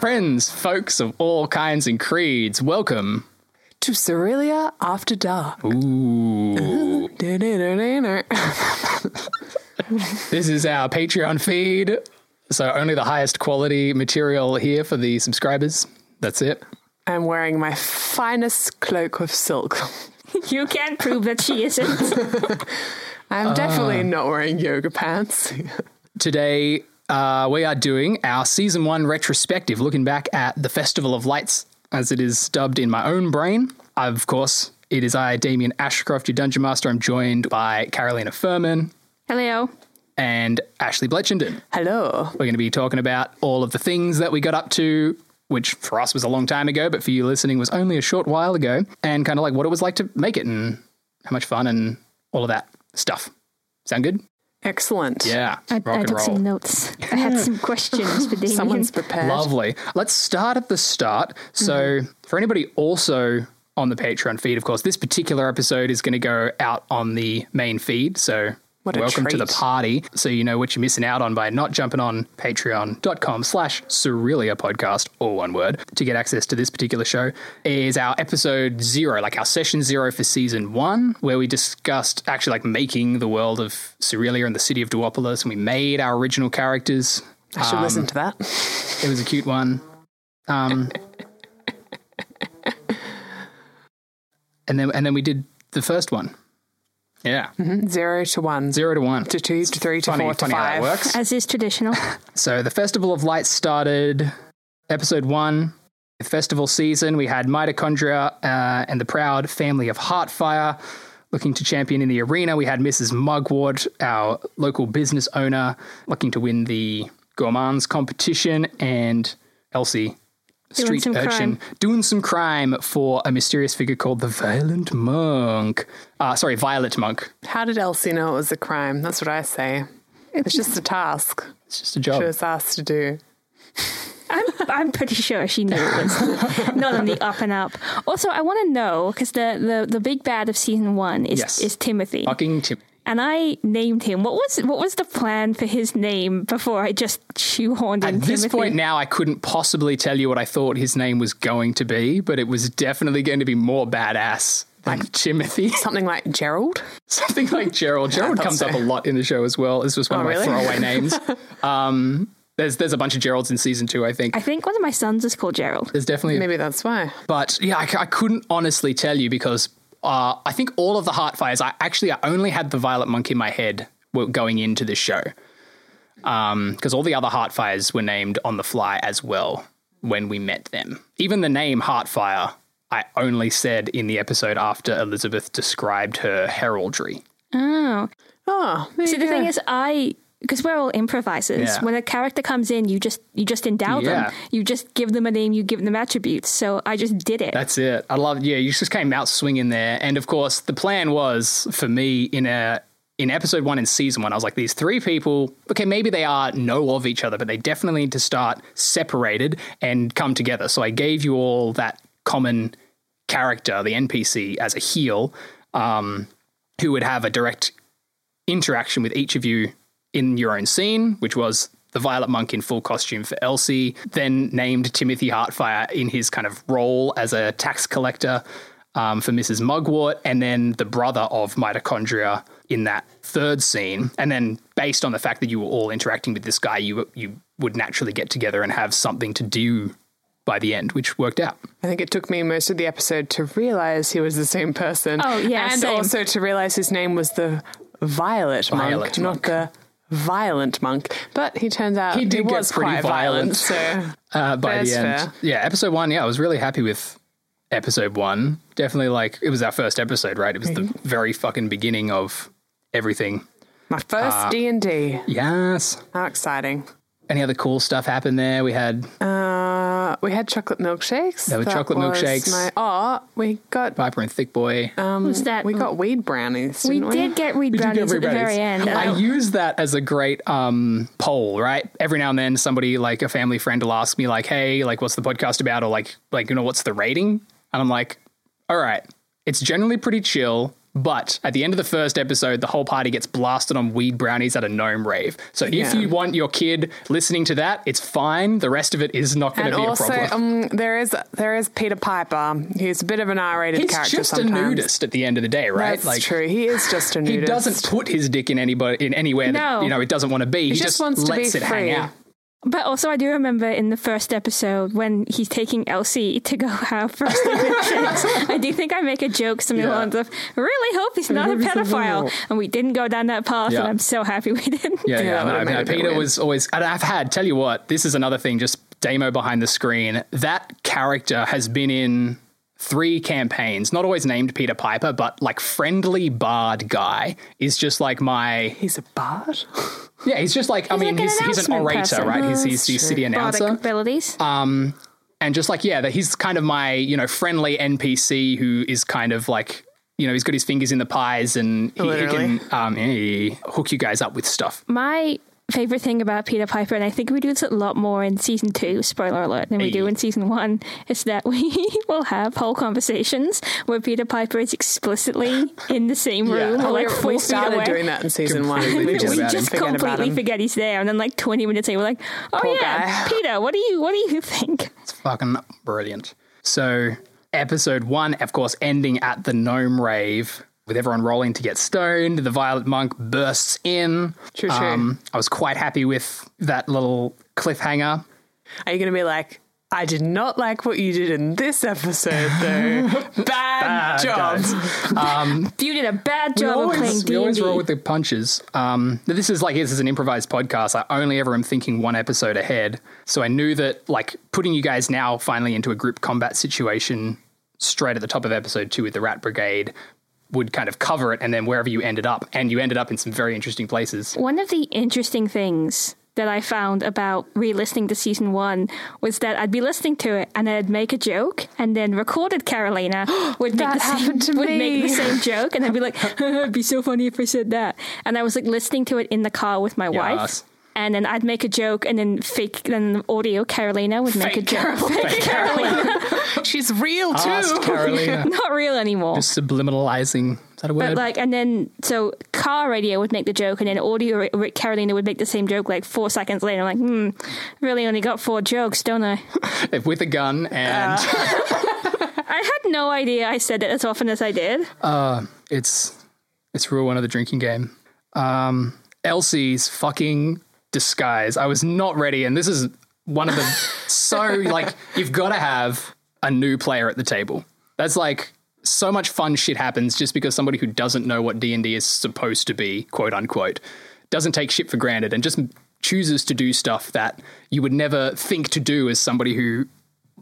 Friends, folks of all kinds and creeds, welcome. To Cerealia After Dark. Ooh. this is our Patreon feed. So only the highest quality material here for the subscribers. That's it. I'm wearing my finest cloak of silk. You can't prove that she isn't. I'm definitely Ah. not wearing yoga pants. Today, uh, we are doing our season one retrospective, looking back at the Festival of Lights, as it is dubbed in my own brain. Of course, it is I, Damien Ashcroft, your Dungeon Master. I'm joined by Carolina Furman Hello. and Ashley Bletchenden. Hello. We're going to be talking about all of the things that we got up to, which for us was a long time ago, but for you listening was only a short while ago, and kind of like what it was like to make it and how much fun and all of that stuff. Sound good? Excellent. Yeah. I, I took some notes. I had some questions for Damien. Someone's Mm-hmm. prepared. Lovely. Let's start at the start. So, Mm-hmm. for anybody also on the Patreon feed, of course, this particular episode is going to go out on the main feed. So, What a welcome to the treat. party. So you know what you're missing out on by not jumping on patreon.com slash Cerealia podcast, all one word, to get access to this particular show is our episode zero, like our session zero for season one, where we discussed actually like making the world of Cerealia and the city of Duopolis. And we made our original characters. I should um, listen to that. It was a cute one. Um, and then and then we did the first one. Yeah, Zero to one. zero to one. to two to three to funny, four to funny how five. that works. As is traditional. So the Festival of Lights started. Episode one, the festival season. We had Mitochondria uh, and the proud family of Heartfire looking to champion in the arena. We had Mrs. Mugwort, our local business owner, looking to win the gourmands competition, and Elsie Doing street some urchin crime. doing some crime for a mysterious figure called the Violent Monk. Uh, sorry, Violet Monk. How did Elsie know it was a crime? That's what I say. It's just a task It's just a job. she was asked to do. I'm, I'm pretty sure she knew it was not on the up and up. Also, I want to know because the, the, the big bad of season one is, Yes. is Timothy. Fucking Tim. And I named him. What was what was the plan for his name before I just shoehorned in At this Timothy? point now, I couldn't possibly tell you what I thought his name was going to be, but it was definitely going to be more badass than Timothy. Something like Gerald? Something like Gerald. Gerald thought comes so. up a lot in the show as well. It's just one Oh, of my really? throwaway names. um, there's there's a bunch of Geralds in season two, I think. I think one of my sons is called Gerald. There's definitely a Maybe that's why. But yeah, I, c- I couldn't honestly tell you because uh, I think all of the Heartfires, I actually I only had the Violet Monk in my head w- going into this show. Because all the other Heartfires were named on the fly as well when we met them. Even the name Heartfire, I only said in the episode after Elizabeth described her heraldry. Oh, Oh, there See, you the go. thing is, I because we're all improvisers. Yeah. When a character comes in, you just you just endow Yeah. them. You just give them a name. You give them attributes. So I just did it. That's it. I love. Yeah, you just came out swinging there, and of course, the plan was for me in a in episode one and season one. I was like, these three people. Okay, maybe they are know of each other, but they definitely need to start separated and come together. So I gave you all that common character, the NPC, as a heel, um, who would have a direct interaction with each of you in your own scene, which was the Violet Monk in full costume for Elsie, then named Timothy Heartfire in his kind of role as a tax collector um, for Mrs. Mugwort, and then the brother of Mitochondria in that third scene. And then, based on the fact that you were all interacting with this guy, you you would naturally get together and have something to do by the end, which worked out. I think it took me most of the episode to realize he was the same person. Oh, yeah, and same. also to realize his name was the Violet, Violet Monk, not the Violent Monk. But he turns out He he, did get was pretty quite violent. violent. so uh, by That's the end. fair. Yeah, episode one. Yeah, I was really happy with episode one. Definitely, like it was our first episode, right? It was the very fucking beginning of everything. my Ah. first D and D. Yes. How exciting! Any other cool stuff happened there? We had Uh, we had chocolate milkshakes. There were That chocolate was milkshakes. My, oh, we got Viper and Thick Boy. um, Was that- we got weed brownies. We Didn't we did get read We did brownies get at the rebranded. very end. I I Oh. don't- use that as a great um, poll, right? Every now and then, somebody like a family friend will ask me, like, "Hey, like, what's the podcast about?" Or like, like you know, what's the rating? And I'm like, "All right, it's generally pretty chill." But at the end of the first episode, the whole party gets blasted on weed brownies at a gnome rave. So if Yeah. you want your kid listening to that, it's fine. The rest of it is not going And to be a also, problem. um, there is there is Peter Piper. He's a bit of an R-rated He's character just sometimes. a nudist at the end of the day, right? That's true. He is just a He nudist. doesn't put his dick in anybody in anywhere that No. you know it doesn't want to be. He, just wants to be lets it hang free. out. But also, I do remember in the first episode when he's taking Elsie to go out for a sleep in shakes, I do think I make a joke something Yeah. along the really hope he's not a hope he's not pedophile. out. And we didn't go down that path, Yeah. and I'm so happy we didn't. Yeah, Yeah, yeah. that no, would've made no, it a bit Peter weird. was always, and I've had. Tell you what, this is another thing. Just Damo behind the screen. That character has been in three campaigns. Not always named Peter Piper, but like friendly bard guy is just like my. He's a bard. Yeah, he's just like. I mean, like an he's he's an announcement orator, person. right? He's Oh, he's the that's city Bardic announcer. abilities. and just like yeah that he's kind of my you know friendly npc who is kind of like you know he's got his fingers in the pies and he, he Literally. can um, eh, hook you guys up with stuff My favorite thing about Peter Piper, and I think we do this a lot more in season two, spoiler alert, than we do Hey. in season one, is that we will have whole conversations where Peter Piper is explicitly in the same Yeah. room, Oh, or like we, four we feet started away. doing that in season one. Completely We forgot just, we about just forget about completely him. forget he's there, and then like twenty minutes later, we're like, "Oh Poor yeah, guy. Peter, what do you what do you think?" it's fucking brilliant so episode one of course ending at the gnome rave with everyone rolling to get stoned the violet monk bursts in Um, True, true. i was quite happy with that little cliffhanger Are you going to be like? I did not like what you did in this episode, though. Bad, job. guys. You did a bad we job of playing always, we D always roll and with D. the punches. Um, but this is like this is an improvised podcast. I only ever am thinking one episode ahead, so I knew that like putting you guys now finally into a group combat situation straight at the top of episode two with the Rat Brigade would kind of cover it, and then wherever you ended up, and you ended up in some very interesting places. One of the interesting things that I found about re-listening to season one was that I'd be listening to it and I'd make a joke, and then recorded Carolina would make That the same happened to would me. make the same joke, and I'd be like, "It'd be so funny if I said that," and I was like listening to it in the car with my Yes. wife. And then I'd make a joke, and then fake, then audio Carolina would make a Fake joke. Fake Carolina, She's real Asked too. Carolina not real anymore. subliminalizing. Is that a word? But like, and then so car radio would make the joke, and then audio Rick Carolina would make the same joke like four seconds later. I'm like, hmm, really only got four jokes, don't I? with a gun and. I had no idea I said it as often as I did. It's it's rule one of the drinking game. Um, Elsie's fucking disguise. I was not ready, and this is one of the so like you've got to have a new player at the table. That's like so much fun shit happens just because somebody who doesn't know what D and D is supposed to be, quote unquote, doesn't take shit for granted and just chooses to do stuff that you would never think to do as somebody who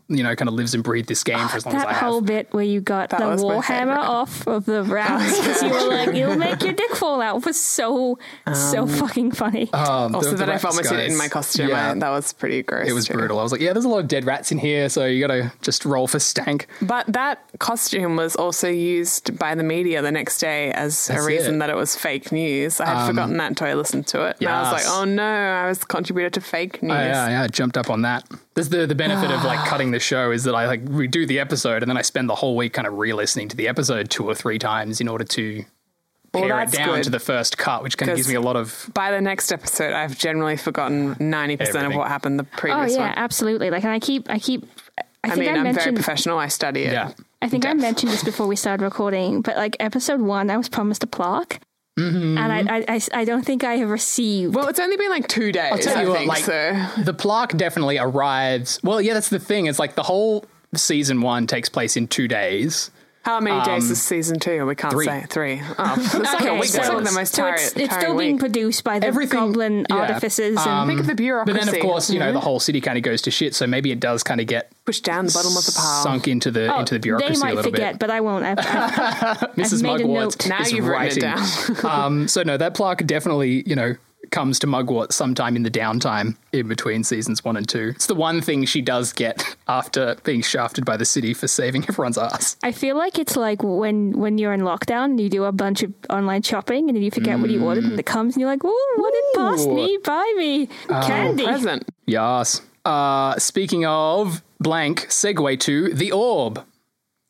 you know kind of lives and breathes this game for as long as I That whole have. bit where you got the was my warhammer favorite. off of the rounds because you were like, "You'll make your dick fall out," was so so fucking funny. Um, Also, the- the that I rat vomited disguise. in my costume. Yeah. I- that was pretty gross. It was too. brutal. I was like, yeah, there's a lot of dead rats in here, so you gotta just roll for stank. But that costume was also used by the media the next day as a That's reason it. Um, that it was fake news. I had forgotten that until I listened to it. And I was yes. like, oh no, I was contributed to fake news. Oh, yeah, yeah, I jumped up on that. This the the benefit of like cutting the show is that I like we do the episode and then I spend the whole week kind of re-listening to the episode two or three times in order to Well, pare it that's down good. to the first cut, which kind of 'Cause- gives me a lot of by the next episode, I've generally forgotten 90% of Everything. what happened the oh previous yeah, one. absolutely. Like, and I keep, I keep. I, I think mean, I I'm very mentioned professional. I study it. yeah. I think I mentioned this before we started recording, but like episode one, I was promised a plaque. Mm-hmm. And I, I- I, I don't think I have received. Well, it's only been like two days. tell I you what, think, like- so. The plaque definitely arrives. Well, yeah, that's the thing. It's like the whole season one takes place in two days. How many days is season two? We can't um, three. say three. Oh, it's like a Okay, week. It's like the so most so tiring. it's, it's tiring still week. being produced by the Everything- goblin yeah. artificers. and Think of the Um, But bureaucracy. Mm-hmm. then, of course, you know the whole city kind of goes to shit. So maybe it does kind of get push down the bottom of the pile. sunk into the Oh, into the bureaucracy They a might little forget, bit. but I won't. I've, I've, Mrs. made a Mugwort note. Now is you've written it writing. um, so no, that plaque definitely you know comes to Mugwort sometime in the downtime in between seasons one and two. It's the one thing she does get after being shafted by the city for saving everyone's ass. I feel like it's like when when you're in lockdown and you do a bunch of online shopping and then you forget what you ordered and it comes and you're like, "Ooh, what did Mm. boss Ooh. Um, me buy me? Candy." Present. Yes. Uh, speaking of blank, segue to the orb.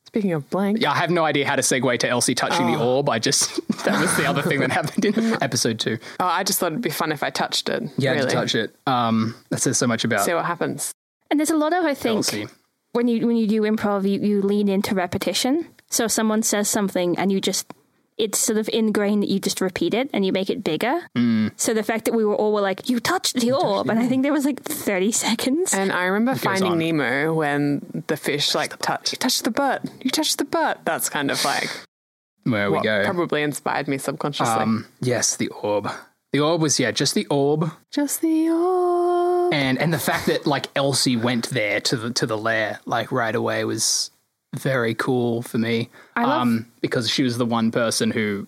Speaking of blank, Yeah, I have no idea how to segue to Elsie touching the orb. I just that was the other thing that happened in episode two. oh, I just thought it'd be fun if I touched it. Yeah, really. to touch it. Um, that says so much about See what happens. And there's a lot of I think Elsie. when you when you do improv, you, you lean into repetition. So if someone says something and you just it's sort of ingrained that you just repeat it and you make it bigger. So the fact that we were all were like, "You touched the orb," and I think there was like thirty seconds. And I remember finding on. Nemo when the fish like touch, you touched the butt, you touched the butt. That's kind of like Where we what go. probably inspired me subconsciously. Um, yes, the orb. The orb was yeah, just the orb, Just the orb. and and the fact that like Elsie went there to the to the lair like right away was very cool for me. I love- um, because she was the one person who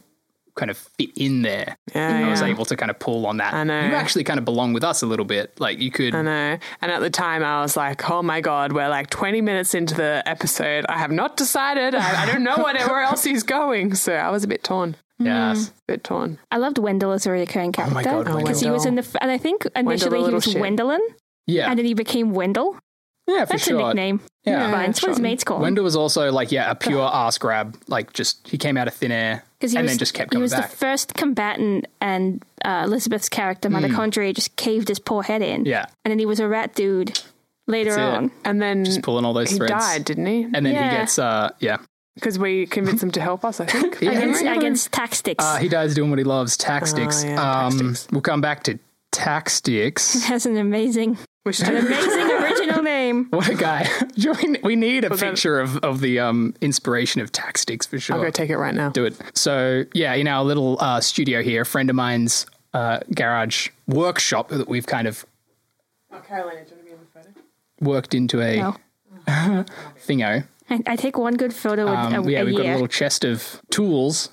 kind of fit in there. Yeah, I was yeah. able to kind of pull on that. I know. You actually kind of belong with us a little bit. Like you could. I know. And at the time, I was like, oh my God, we're like 20 minutes into the episode. I have not decided. I, I don't know what, where else he's going. So I was a bit torn. Mm. Yes. A bit torn. I loved Wendell as a recurring my character God, because he Wendell. was in the f- and I think initially he little was shit. Wendelin Yeah. and then he became Wendell. yeah. For That's sure. a nickname. Yeah. Fine. It's what his sure. mates call him Wendell was also like yeah a pure ass grab. Like just he came out of thin air he and was, then just kept he coming was back. the first combatant, and uh, Elizabeth's character, Mother Conjurer, just caved his poor head in. Hmm. Yeah. and then he was a rat dude later That's it. on. And then just pulling all those he threads. died, didn't he? And then Yeah. he gets uh yeah Because we convinced him to help us, I think. Yeah. Against, Right. against tactics. Uh, he dies doing what he loves, tax sticks. Oh, yeah, tax um, sticks. We'll come back to tax sticks. has an amazing, We should do amazing original name. What a guy! Join- we need a then- picture of, of the um, inspiration of tax sticks for sure. I'll go take it right now. do it. So yeah, in our little uh, studio here, a friend of mine's uh, garage workshop that we've kind of Oh, Carolina, do you want to be in the photo? worked into a No. thingo. I, I take one good photo a- Um, a, yeah, a we've year. got a little chest of tools.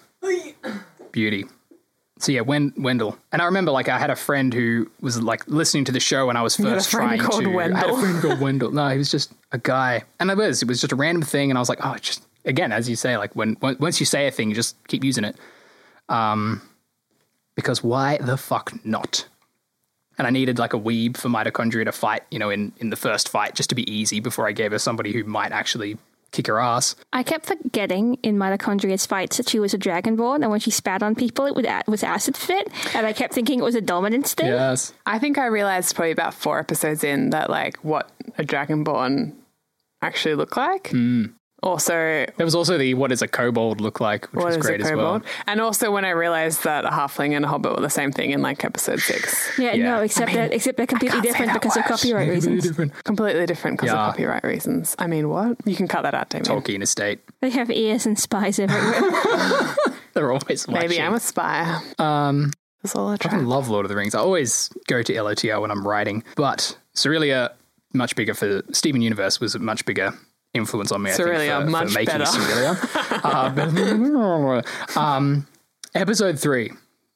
Beauty. So yeah, Wen- Wendell. And I remember like I had a friend who was like listening to the show when I was had a first trying friend called to. I had a Wendell. friend called Wendell. No, he was just a guy, and I was. It was just a random thing, and I was like, oh, it's just again, as you say, like when on- once you say a thing, you just keep using it. Um, because why the fuck not? And I needed like a weeb for mitochondria to fight, you know, in in the first fight, just to be easy before I gave her somebody who might actually kick her ass. I kept forgetting in Mitochondria's fights that she was a dragonborn, and when she spat on people, it would, a- was acid fit, and I kept thinking it was a dominance thing. Yes. I think I realized probably about four episodes in that like what a dragonborn actually look like. Mm. Also, There was also the what does a kobold look like, which what was is a great as well. kobold? And also when I realized that a halfling and a hobbit were the same thing in like episode six, Yeah, Yeah. no, except that except they're completely can't say different that because of word. copyright reasons. completely different because Yeah. of copyright reasons. I mean, what? You can cut that out, Damien. Tolkien estate. They have ears and spies everywhere. They're always watching. Maybe I'm a spy. Um, That's all I I try. love Lord of the Rings. I always go to LOTR when I'm writing, but Cerealia, much bigger for Steven Universe, was a much bigger influence on me. Cerealia, I think, for, much for making better. Cerealia. Uh, but- um, episode three.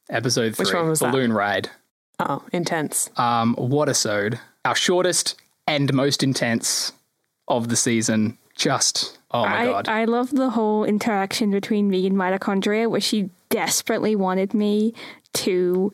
Episode three. Which one was that? Balloon Ride. Oh, intense. um, Watersode, our shortest and most intense of the season. Just oh my I, god, I love the whole interaction between me and Mitochondria, where she desperately wanted me to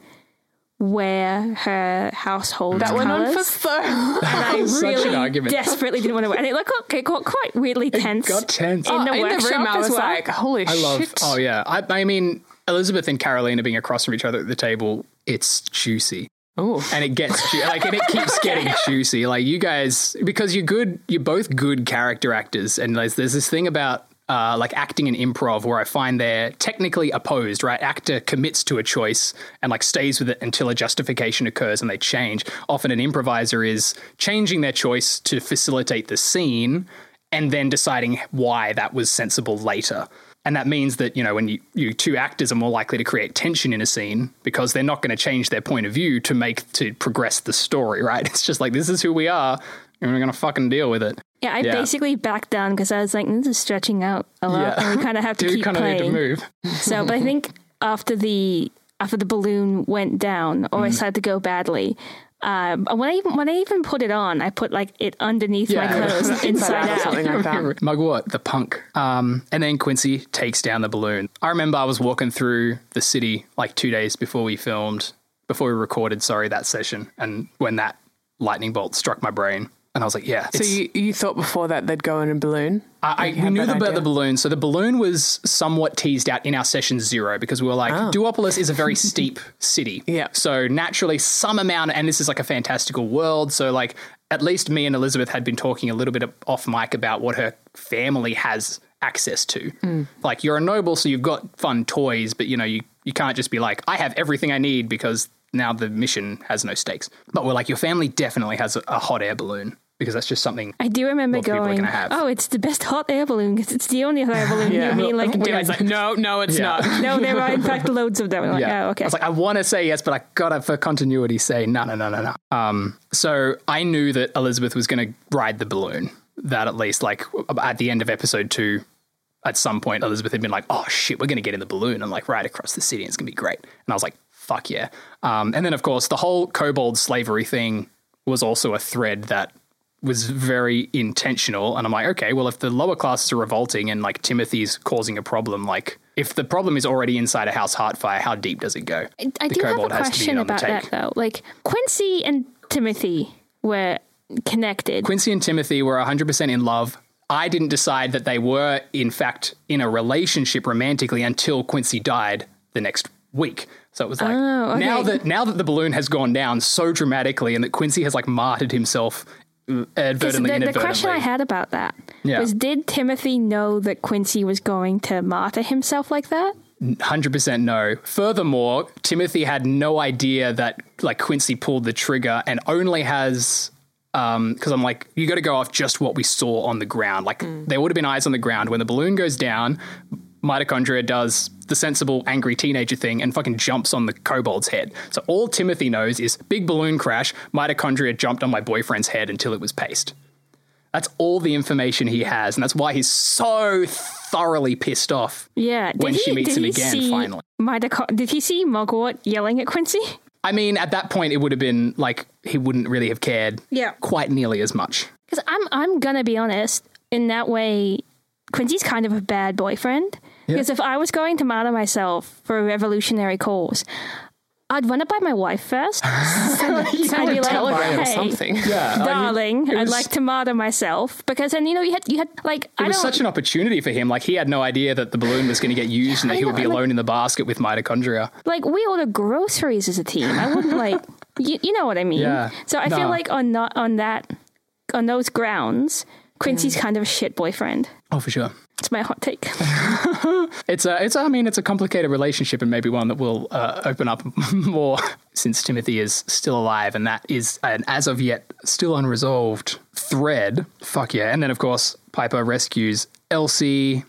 wear her household That went on for colors. so. and I Such an really argument. desperately didn't want to wear and it like got, it got quite weirdly tense. got tense. in the Oh, in the workshop room, I as was well. like, "Holy I love. shit!" Oh yeah, I, I mean Elizabeth and Carolina being across from each other at the table. It's juicy. Ooh. and it gets ju- like and it keeps getting juicy. Like you guys, because you're good, you're both good character actors, and there's, there's this thing about. Uh, like acting and improv, where I find they're technically opposed, right? Actor commits to a choice and like stays with it until a justification occurs and they change. Often an improviser is changing their choice to facilitate the scene and then deciding why that was sensible later. And that means that, you know, when you, you two actors are more likely to create tension in a scene because they're not going to change their point of view to make to progress the story, right? It's just like this is who we are and we're going to fucking deal with it. yeah, I yeah. basically backed down because I was like, this is stretching out a lot, Yeah. and we kind of have to Do keep kind of playing. need to move. So, but I think after the after the balloon went down or Mm. it started to go badly. Um, and when I even when I even put it on, I put like it underneath Yeah. my clothes, inside or out. something like that. Mugwort, the punk. Um, and then Quincy takes down the balloon. I remember I was walking through the city like two days before we filmed, before we recorded, sorry, that session. And when that lightning bolt struck my brain, and I was like, yeah. So it's- you, you thought before that they'd go in a balloon? I, I, Like, we had knew that about idea? the balloon. So the balloon was somewhat teased out in our session zero because we were like, Duopolis is a very steep city. Ah. Yeah. So naturally, some amount, and this is like a fantastical world. So, like, at least me and Elizabeth had been talking a little bit off mic about what her family has access to. Mm. Like, you're a noble, so you've got fun toys, but you know, you, you can't just be like, I have everything I need because now the mission has no stakes. But we're like, your family definitely has a, a hot air balloon because that's just something I do remember What people are going, gonna have. "Oh, it's the best hot air balloon because it's the only hot air balloon Yeah. you mean like Yeah, doing." it's like- No, no, it's Yeah. not. no, there are in fact loads of them. I'm like, oh, okay. I was like, I want to say yes, but I gotta, for continuity, say no, no, no, no, no. Um, so I knew that Elizabeth was gonna ride the balloon. That at least, like, at the end of episode two, at some point, Elizabeth had been like, "Oh shit, we're gonna get in the balloon and like ride across the city, and it's gonna be great." And I was like, "Fuck yeah!" Um, and then, of course, the whole kobold slavery thing was also a thread that was very intentional. And I'm like, okay, well, if the lower classes are revolting and like Timothy's causing a problem, like if the problem is already inside a house heartfire, how deep does it go? I, I the do have a kobold has to be question on the about that take. though. Like Quincy and Timothy were connected. Quincy and Timothy were 100% in love. I didn't decide that they were, in fact, in a relationship romantically until Quincy died the next week. So it was like Oh, okay. now that now that the balloon has gone down so dramatically, and that Quincy has like martyred himself uh, Because advertently, the, the inadvertently. question I had about that Yeah. was did Timothy know that Quincy was going to martyr himself like that? Hundred percent no. Furthermore, Timothy had no idea that like Quincy pulled the trigger and only has um because I'm like you got to go off just what we saw on the ground. Like there would have been eyes on the ground when the balloon goes down. Mitochondria does the sensible angry teenager thing and fucking jumps on the kobold's head. So all Timothy knows is big balloon crash. Mitochondria jumped on my boyfriend's head until it was paste. That's all the information he has, and that's why he's so thoroughly pissed off. Yeah. Did When he, she meets did him he again, see finally. Mitoco- did he see Mugwort yelling at Quincy? I mean, at that point, it would have been like he wouldn't really have cared Yeah. quite nearly as much. Because I'm I'm gonna be honest. In that way, Quincy's kind of a bad boyfriend. Because if I was going to martyr myself for a revolutionary cause, I'd run it by my wife first. So I'd be like, Telegram or "Hey, something. Yeah. darling, it I'd was- like to martyr myself because then you know you had you had like I it was don't such an opportunity for him. Like, he had no idea that the balloon was going to get used and that he would be alone in the basket with mitochondria. like we order groceries as a team. I wouldn't like you, you know what I mean. Yeah. So I No. feel like on not on that on those grounds, Quincy's kind of a shit boyfriend. Oh, for sure. It's my hot take. It's a, it's. I mean, it's a complicated relationship, and maybe one that will uh, open up more since Timothy is still alive, and that is an as of yet still unresolved thread. Fuck yeah! And then of course Piper rescues Elsie,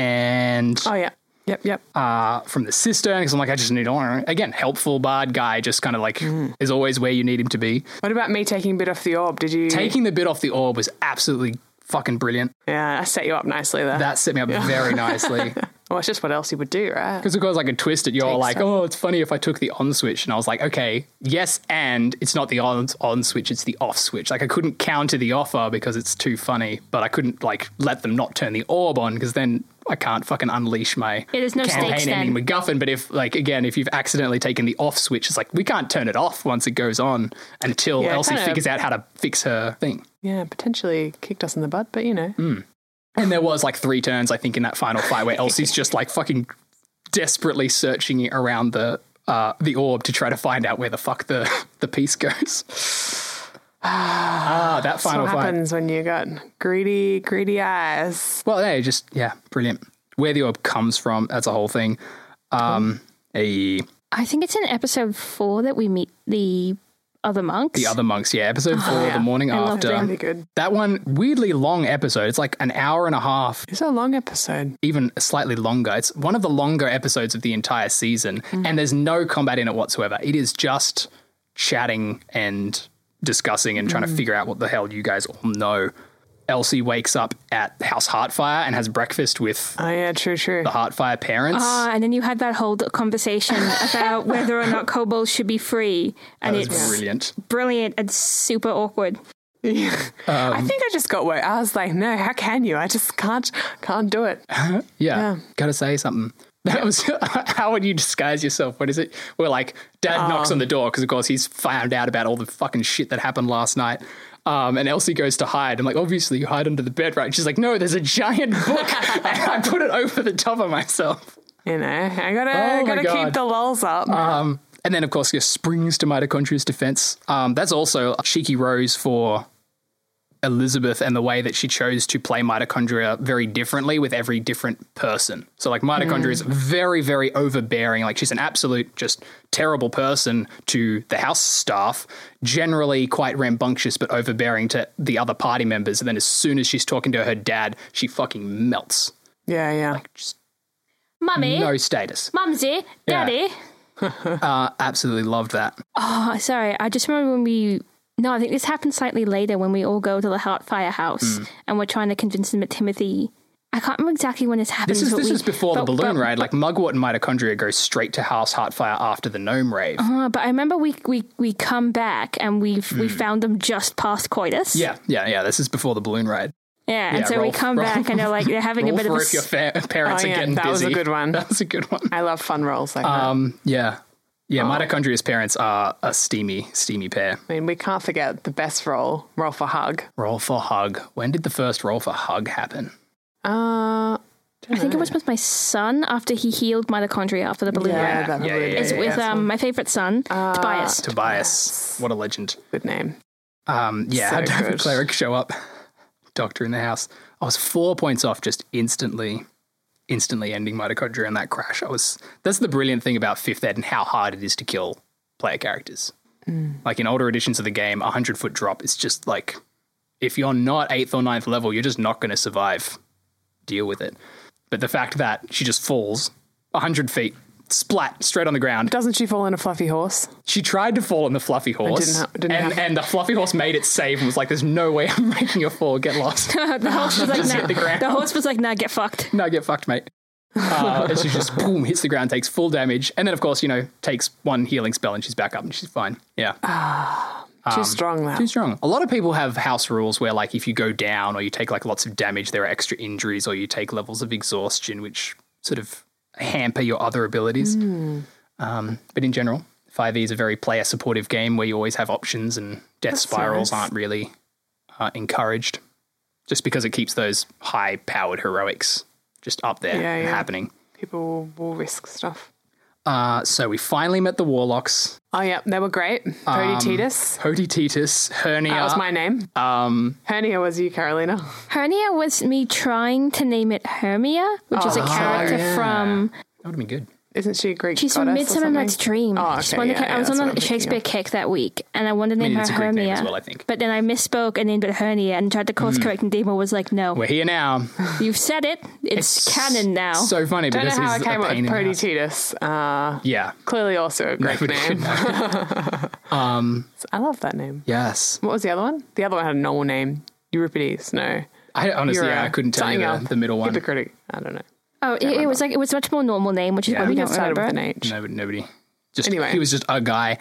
and Oh, yeah. Yep, yep. uh, from the cistern because I'm like, I just need honor. Again, helpful bard guy, just kind of like Mm. is always where you need him to be. what about me taking a bit off the orb? Did you? Taking the bit off the orb was absolutely fucking brilliant. Yeah, I set you up nicely there. That set me up very nicely. well, it's just what else you would do, right? Because of course I could twist it. You're Takes like, time. oh, it's funny if I took the on switch, and I was like, okay, yes, and it's not the on on switch, it's the off switch. Like I couldn't counter the offer because it's too funny, but I couldn't like let them not turn the orb on because then I can't fucking unleash my Yeah, there's no stakes campaign then. ending MacGuffin. But if like again, if you've accidentally taken the off switch, it's like we can't turn it off once it goes on until Yeah, Elsie kinda- figures out how to fix her thing. Yeah, potentially kicked us in the butt, but you know. Mm. And there was like three turns, I think, in that final fight where Elsie's just like fucking desperately searching around the uh, the orb to try to find out where the fuck the the piece goes. ah, that That's final what fight. happens when you got greedy, greedy eyes. Well, hey, just yeah, brilliant. Where the orb comes from, that's a whole thing. Um, a, I think it's in episode four that we meet the other monks. the other monks, yeah, episode four, the morning I love after. Really good. That one weirdly long episode. It's like an hour and a half It's a long episode. even slightly longer. It's one of the longer episodes of the entire season, and there's no combat in it whatsoever. It is just chatting and discussing and trying to figure out what the hell you guys all know. Elsie wakes up at House Heartfire and has breakfast with Oh yeah, true, true. the Heartfire parents. Ah, and then you had that whole conversation about whether or not kobolds should be free, that and was it's brilliant. brilliant and super awkward. Um, I think I just got worried. I was like, no, how can you? I just can't can't do it. Yeah, Yeah. gotta say something. That was how would you disguise yourself? What is it? We're like, Dad knocks on the door because, of course, he's found out about all the fucking shit that happened last night. Um, and Elsie goes to hide. I'm like, obviously, you hide under the bed, right? She's like, no, there's a giant book, and I put it over the top of myself. You know, I gotta Oh, my gotta God. keep the lulls up. Um, and then, of course, just springs to mitochondria's defense. Um, that's also a cheeky rose for Elizabeth and the way that she chose to play mitochondria very differently with every different person. So, like, mitochondria is very, very overbearing. Like, she's an absolute, just terrible person to the house staff, generally quite rambunctious, but overbearing to the other party members. And then, as soon as she's talking to her dad, she fucking melts. yeah, yeah. Just Mummy, no status. mumsy, Yeah. daddy. Uh, absolutely loved that. Oh, sorry. I just remember when we. No, I think this happened slightly later when we all go to the Heartfire House Mm. and we're trying to convince them that Timothy. I can't remember exactly when this happened. This is but this we- is before the but- balloon but- raid. Like Mugwort and Mitochondria go straight to House Heartfire after the gnome rave. Uh, but I remember we, we, we come back and we've we found them just past coitus. Mm. Yeah, yeah, yeah. This is before the balloon raid. Yeah, and Yeah, so roll- we come roll- back and they're like they're having a All bit of a for if your s- fa- parents Oh, are yeah, getting that was busy. a good one. That was a good one. I love fun rolls like that. Um, yeah, yeah. Mitochondria's parents are a steamy, steamy pair. I mean, we can't forget the best roll, roll for hug. Roll for hug. When did the first roll for hug happen? Uh, I think it was with my son after he healed mitochondria after the balloon. yeah, ride. that yeah, would- yeah, It's yeah, with um, my favorite son, Tobias. Tobias. What a legend. good name. Um, yeah, So had to have a good. cleric show up. Doctor in the house. I was four points off just instantly, instantly ending mitochondria in that crash. I was. That's the brilliant thing about fifth ed and how hard it is to kill player characters. Mm. Like in older editions of the game, a hundred foot drop is just like, if you're not eighth or ninth level, you're just not going to survive. Deal with it. But the fact that she just falls a hundred feet, splat straight on the ground. Doesn't she fall in a fluffy horse? She tried to fall on the fluffy horse, didn't ha- didn't and, happen. and the fluffy horse made it safe and was like, "There's no way I'm making a fall. Get lost. the horse was like, Just hit the nah. ground. the horse was like, nah, get fucked. no, get fucked, mate." Uh, and she just boom hits the ground, takes full damage, and then of course you know takes one healing spell and she's back up and she's fine. Yeah, Too Um, strong that. too strong. A lot of people have house rules where like if you go down or you take like lots of damage, there are extra injuries or you take levels of exhaustion, which sort of hamper your other abilities. Hmm. Um, but in general, 5e is a very player supportive game where you always have options and death spirals aren't really uh, encouraged just because it keeps those high powered heroics just up there Yeah, and yeah. happening. People will risk stuff. Uh, so we finally met the Warlocks, Oh yeah, they were great. Cody Titus. Hody Titus, Hernia. That was my name. um, Hernia was you, Carolina. Hernia was me trying to name it Hermia, which is a character yeah. from that would have been good. Isn't she a Greek she's from goddess or Midsummer something? Night's Dream. Oh, She's okay, one of the yeah, ca- I was yeah, on that's a what I'm Shakespeare kick that week, and I wanted to I name mean, her it's a Greek Hermia. name as well, I think. But then I misspoke and named it Hernia, and tried to course correct, and Demo was like, "No, We're here now. you've said it. It's, canon now." So funny I because don't know how I he's came a up pain with in the Cody ass. Titus. Uh, Yeah. clearly also a Greek Nobody name. should know. um, I love that name. yes. What was the other one? The other one had a normal name. Euripides. No. I honestly, yeah, Euro. I couldn't tell you Something the, else. the middle one. Hypocritic. I don't know. oh, it, it was like it was a much more normal name, which is Yeah. why We we just don't started remember. with an it. H. Nobody, nobody. Just Anyway. he was just a guy,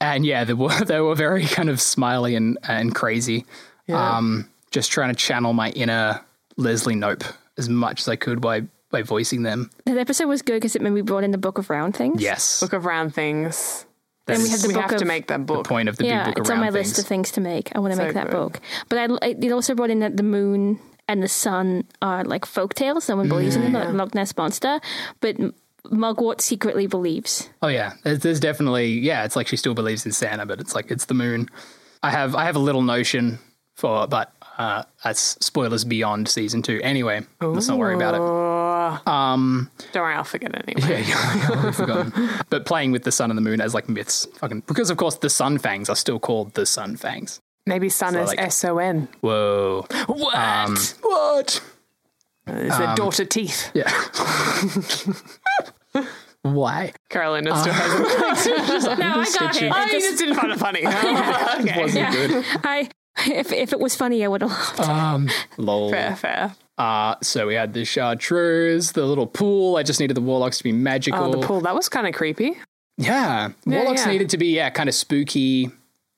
and yeah, they were they were very kind of smiley and and crazy. Yeah. Um, just trying to channel my inner Leslie Nope as much as I could by by voicing them. The episode was good because it meant we brought in the Book of Round things. Yes, Book of Round Things. that we is had the we Book have to of- make that book. point of the yeah, big book it's around on my things. list of things to make. I want to So make that good. book. But I, I- it also brought in that the moon and the sun are like folk tales. Someone believes in them, like Loch Ness monster, but M- Mugwort secretly believes. Oh yeah, there's, there's definitely yeah. It's like she still believes in Santa, but it's like it's the moon. I have I have a little notion for, but uh, that's spoilers beyond season two. Anyway, let's not worry about it. Don't worry, I'll forget it anyway. Yeah, yeah, yeah, I've already forgotten. But playing with the sun and the moon as like myths, fucking because of course the sun fangs are still called the sun fangs. Maybe Sun is like- S O N. Whoa, What? what? Is it daughter teeth? Yeah. Why? Carolina still hasn't. no, I got Stitching. it. I I just just, didn't find it funny. It wasn't good. Um, I if, if it was funny, I would have laughed. Lol. Fair, fair. Uh, so we had the chartreuse, the little pool. I just needed the warlocks to be magical. Oh, the pool. That was kind of creepy. Yeah. Warlocks yeah. needed to be, yeah, kind of spooky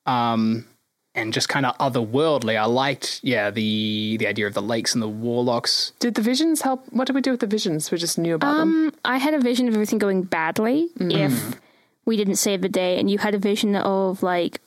um, and just kind of otherworldly. I liked, yeah, the the idea of the lakes and the warlocks. Did the visions help? What did we do with the visions? We just knew about them. Um, I had a vision of everything going badly Mm. if we didn't save the day, and you had a vision of like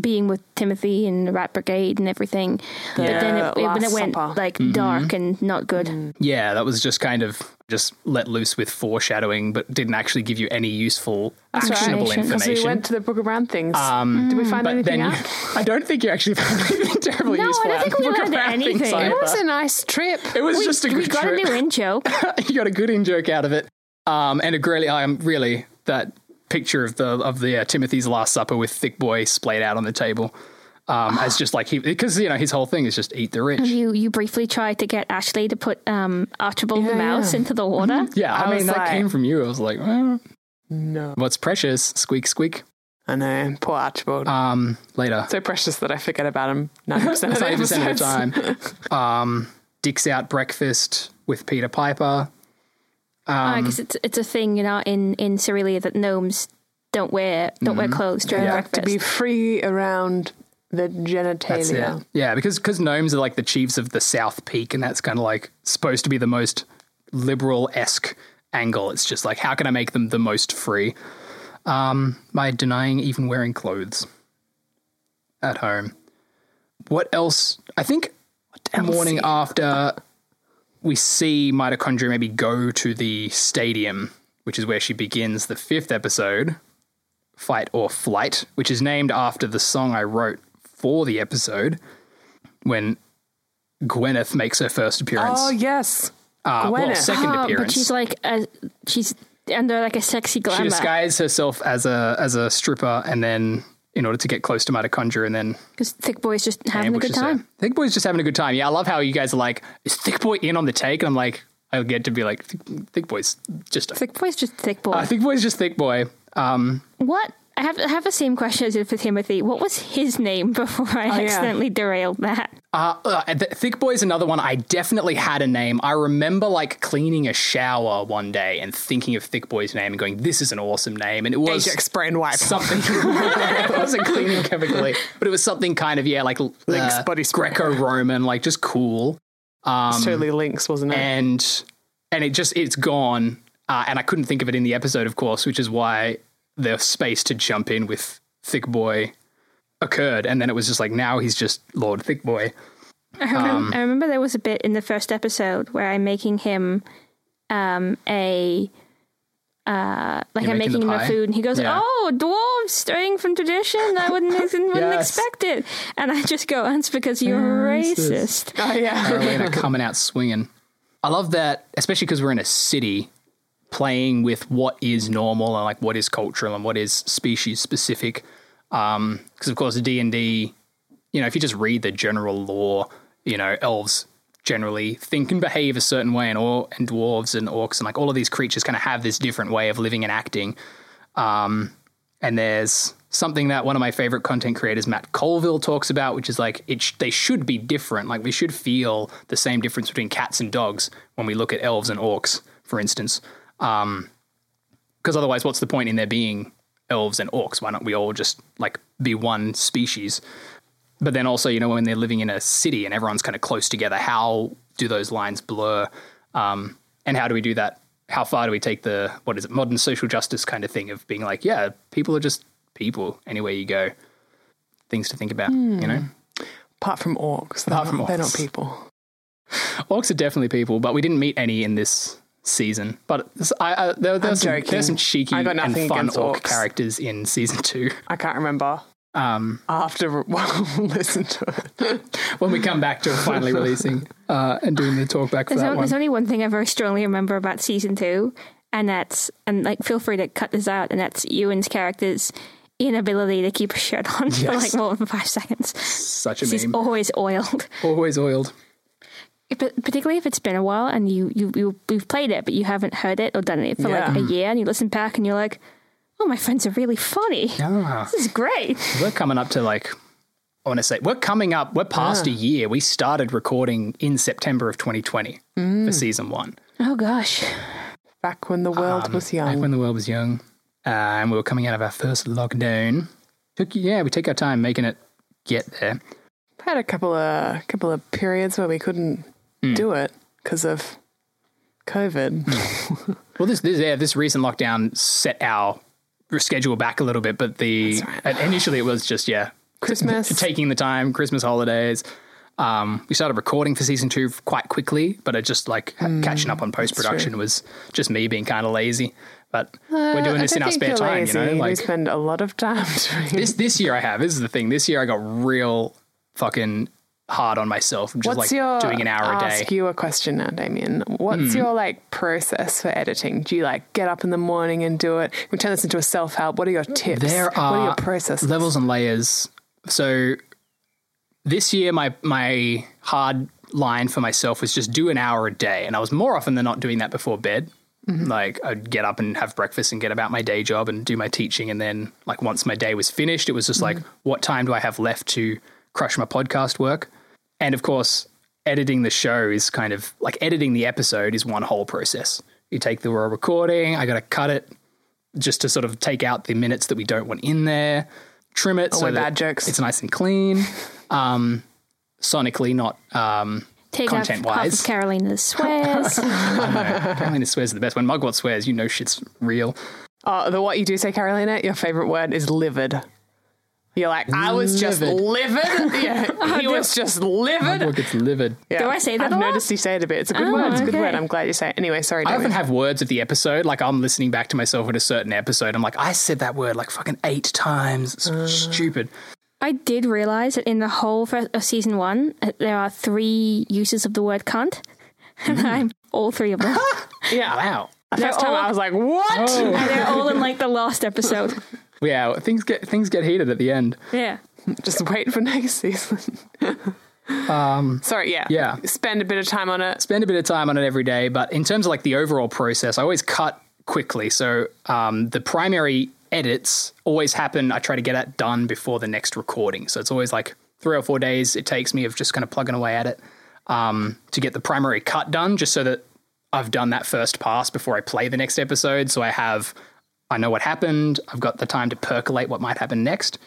being with Timothy and the Rat Brigade and everything. but then it, The it- when Last it went Supper. like Mm-hmm. dark and not good, Mm. Yeah, that was just kind of just let loose with foreshadowing, but didn't actually give you any useful, right. actionable Information. Because we information. went to the Book of Brown things. Um, did we find but anything then you, out? I don't think you actually found anything terribly No, I useful. don't out think of we Book of learned Bad Things anything. It either. It was a nice trip. It was just a we good got trip. a new in joke. you got a good in joke out of it, um, and a great. I'm really that picture of the of the uh, Timothy's Last Supper with thick boy splayed out on the table, um, as just like he because you know his whole thing is just eat the rich. You you briefly tried to get Ashley to put um, Archibald the Yeah, mouse yeah. into the water. Yeah, I, I mean was that like- came from you. I was like, well, No. what's precious? Squeak squeak. I know. Poor Archibald. Um, later, so precious that I forget about him 90% of the ninety percent of episodes. the time. Um, dicks out breakfast with Peter Piper. Because Uh, it's it's a thing you know in in Cyrelia that gnomes don't wear don't Mm-hmm. wear clothes during Like breakfast. to be free around the That's genitalia. it. Yeah, because because gnomes are like the chiefs of the South Peak, and that's kind of like supposed to be the most liberal esque angle. It's just like, how can I make them the most free? Um, by denying even wearing clothes at home. What else? I think morning after we see mitochondria maybe go to the stadium, which is where she begins the fifth episode, Fight or Flight, which is named after the song I wrote for the episode when Gwyneth makes her first appearance. Oh, yes. uh, well, Gwyneth. second Ah, appearance. But she's like a, she's under like a sexy she glamour. disguised herself as a as a stripper and then in order to get close to mitochondria and then Because Thick Boy's just having a good ambushes her. time. Thick Boy's just having a good time. Yeah, I love how you guys are like, is Thick Boy in on the take? And I'm like, I get to be like, Thick, thick Boy's just a Thick Boy's just Thick Boy. I think boy's just thick boy. Um, what? I have I have the same question as for Timothy. What was his name before I Oh, yeah. accidentally derailed that? uh, uh, th- thick boy is another one. I definitely had a name. I remember like cleaning a shower one day and thinking of thick boy's name and going, "This is an awesome name," and it was Ajax brain wipe. something. it wasn't cleaning chemically, but it was something kind of yeah, like l- Link's uh, body spray. Greco-Roman, like just cool. It's totally links, wasn't it? Eh. and and it just it's gone uh, and i couldn't think of it in the episode of course which is why the space to jump in with thick boy occurred and then it was just like now he's just lord thick boy I remember, Um, I remember there was a bit in the first episode where I'm making him um, a. Uh, like You're I'm making the making him a pie? food, and he goes, Yeah. "Oh, dwarves straying from tradition. I wouldn't, wouldn't Yes. expect it." And I just go, "That's because you're racist." oh, yeah. Carolina coming out swinging i love that especially because we're in a city playing with what is normal and like what is cultural and what is species specific um because of course d&d you know, if you just read the general law, you know, elves generally think and behave a certain way, and or and dwarves and orcs and like all of these creatures kind of have this different way of living and acting. Um, and there's something that one of my favorite content creators, Matt Colville, talks about, which is like it sh- they should be different. Like we should feel the same difference between cats and dogs when we look at elves and orcs, for instance. Um, because otherwise, what's the point in there being elves and orcs? Why don't we all just like be one species? but then also you know when they're living in a city and everyone's kind of close together how do those lines blur um, and how do we do that how far do we take the what is it modern social justice kind of thing of being like yeah people are just people anywhere you go things to think about Hmm. you know Apart from orcs. Apart from orcs. They're not people. orcs are definitely people but we didn't meet any in this season but s- I, I, there, I'm there's some, joking. there's some cheeky I got and nothing fun against orc orcs. characters in season two I can't remember. um, I'll have to re- listen to it. when we come back to finally releasing uh, and doing the talk back for There's, that on- one there's only one thing I very strongly remember about season two, and that's and like feel free to cut this out, and that's Ewan's character's inability to keep a shirt on for Yes. like more than five seconds. such a She's meme always oiled, always oiled but particularly if it's been a while and you you, you you've played it but you haven't heard it or done it for like Yeah. a year, and you listen back and you're like, oh, my friends are really funny. Ah. This is great. We're coming up to like I want to say we're coming up, we're past a year. We started recording in September of 2020 for season one. Oh gosh. Back when the world was Um, Back young. when the world was young, uh, and we were coming out of our first lockdown. Took yeah, we take our time making it get there. had a couple of couple of periods where we couldn't Mm. do it because of COVID. Well, this this yeah, this recent lockdown set our schedule back a little bit, but the and initially it was just yeah, Christmas. taking the time, Christmas holidays. Um, we started recording for season two quite quickly, but it just like ha- Hmm, catching up on post production was just me being kind of lazy. But we're doing Uh, I this in don't our think spare you're time, lazy. you know. we Like spend a lot of time doing this this year, I have this is the thing. This year, I got real fucking hard on myself, just like What's your doing an hour a I'll day. Hmm. Ask you a question now, Damien. What's your like process for editing? Do you like get up in the morning and do it? We turn this into a self help. What are your tips? There are what are your processes? levels and layers. So this year, my my hard line for myself was just do an hour a day, and I was more often than not doing that before bed. Mm-hmm. Like I'd get up and have breakfast and get about my day job and do my teaching, and then like once my day was finished, it was just like Mm-hmm. what time do I have left to crush my podcast work? And of course, editing the show is kind of like editing the episode is one whole process. You take the raw recording, I got to cut it, just to sort of take out the minutes that we don't want in there, trim it so we're that Oh, bad jokes. it's nice and clean, um, sonically, not um, Take off half Content-wise. of Carolina's swears. Carolina swears are the best. When Mugwort swears, you know shit's real. Oh, the what you do say, Carolina. Your favorite word is livid. You're like, I was just livid. Yeah, he was just livid. Mugwort gets livid. Yeah. Do I say that I've a lot? noticed you say it a bit. It's a good word. It's a good okay. word. I'm glad you say it. Anyway, sorry. Oh, I Damien. often have words of the episode. Like I'm listening back to myself at a certain episode. I'm like, I said that word like fucking eight times. It's Uh. stupid. I did realize that in the whole first of season one, uh, there are three uses of the word cunt, and I'm all three of them. Yeah. Wow. First time oh, all- I was like, what? and they're all in like the last episode. Yeah. Things get things get heated at the end. Yeah. Just wait for next season. um. Sorry. Yeah. yeah. Spend a bit of time on it. spend a bit of time on it every day. But in terms of like the overall process, I always cut quickly. So um, the primary edits always happen. I try to get that done before the next recording. So it's always like three or four days it takes me of just kind of plugging away at it um, to get the primary cut done, just so that I've done that first pass before I play the next episode. So I have, I know what happened. I've got the time to percolate what might happen next.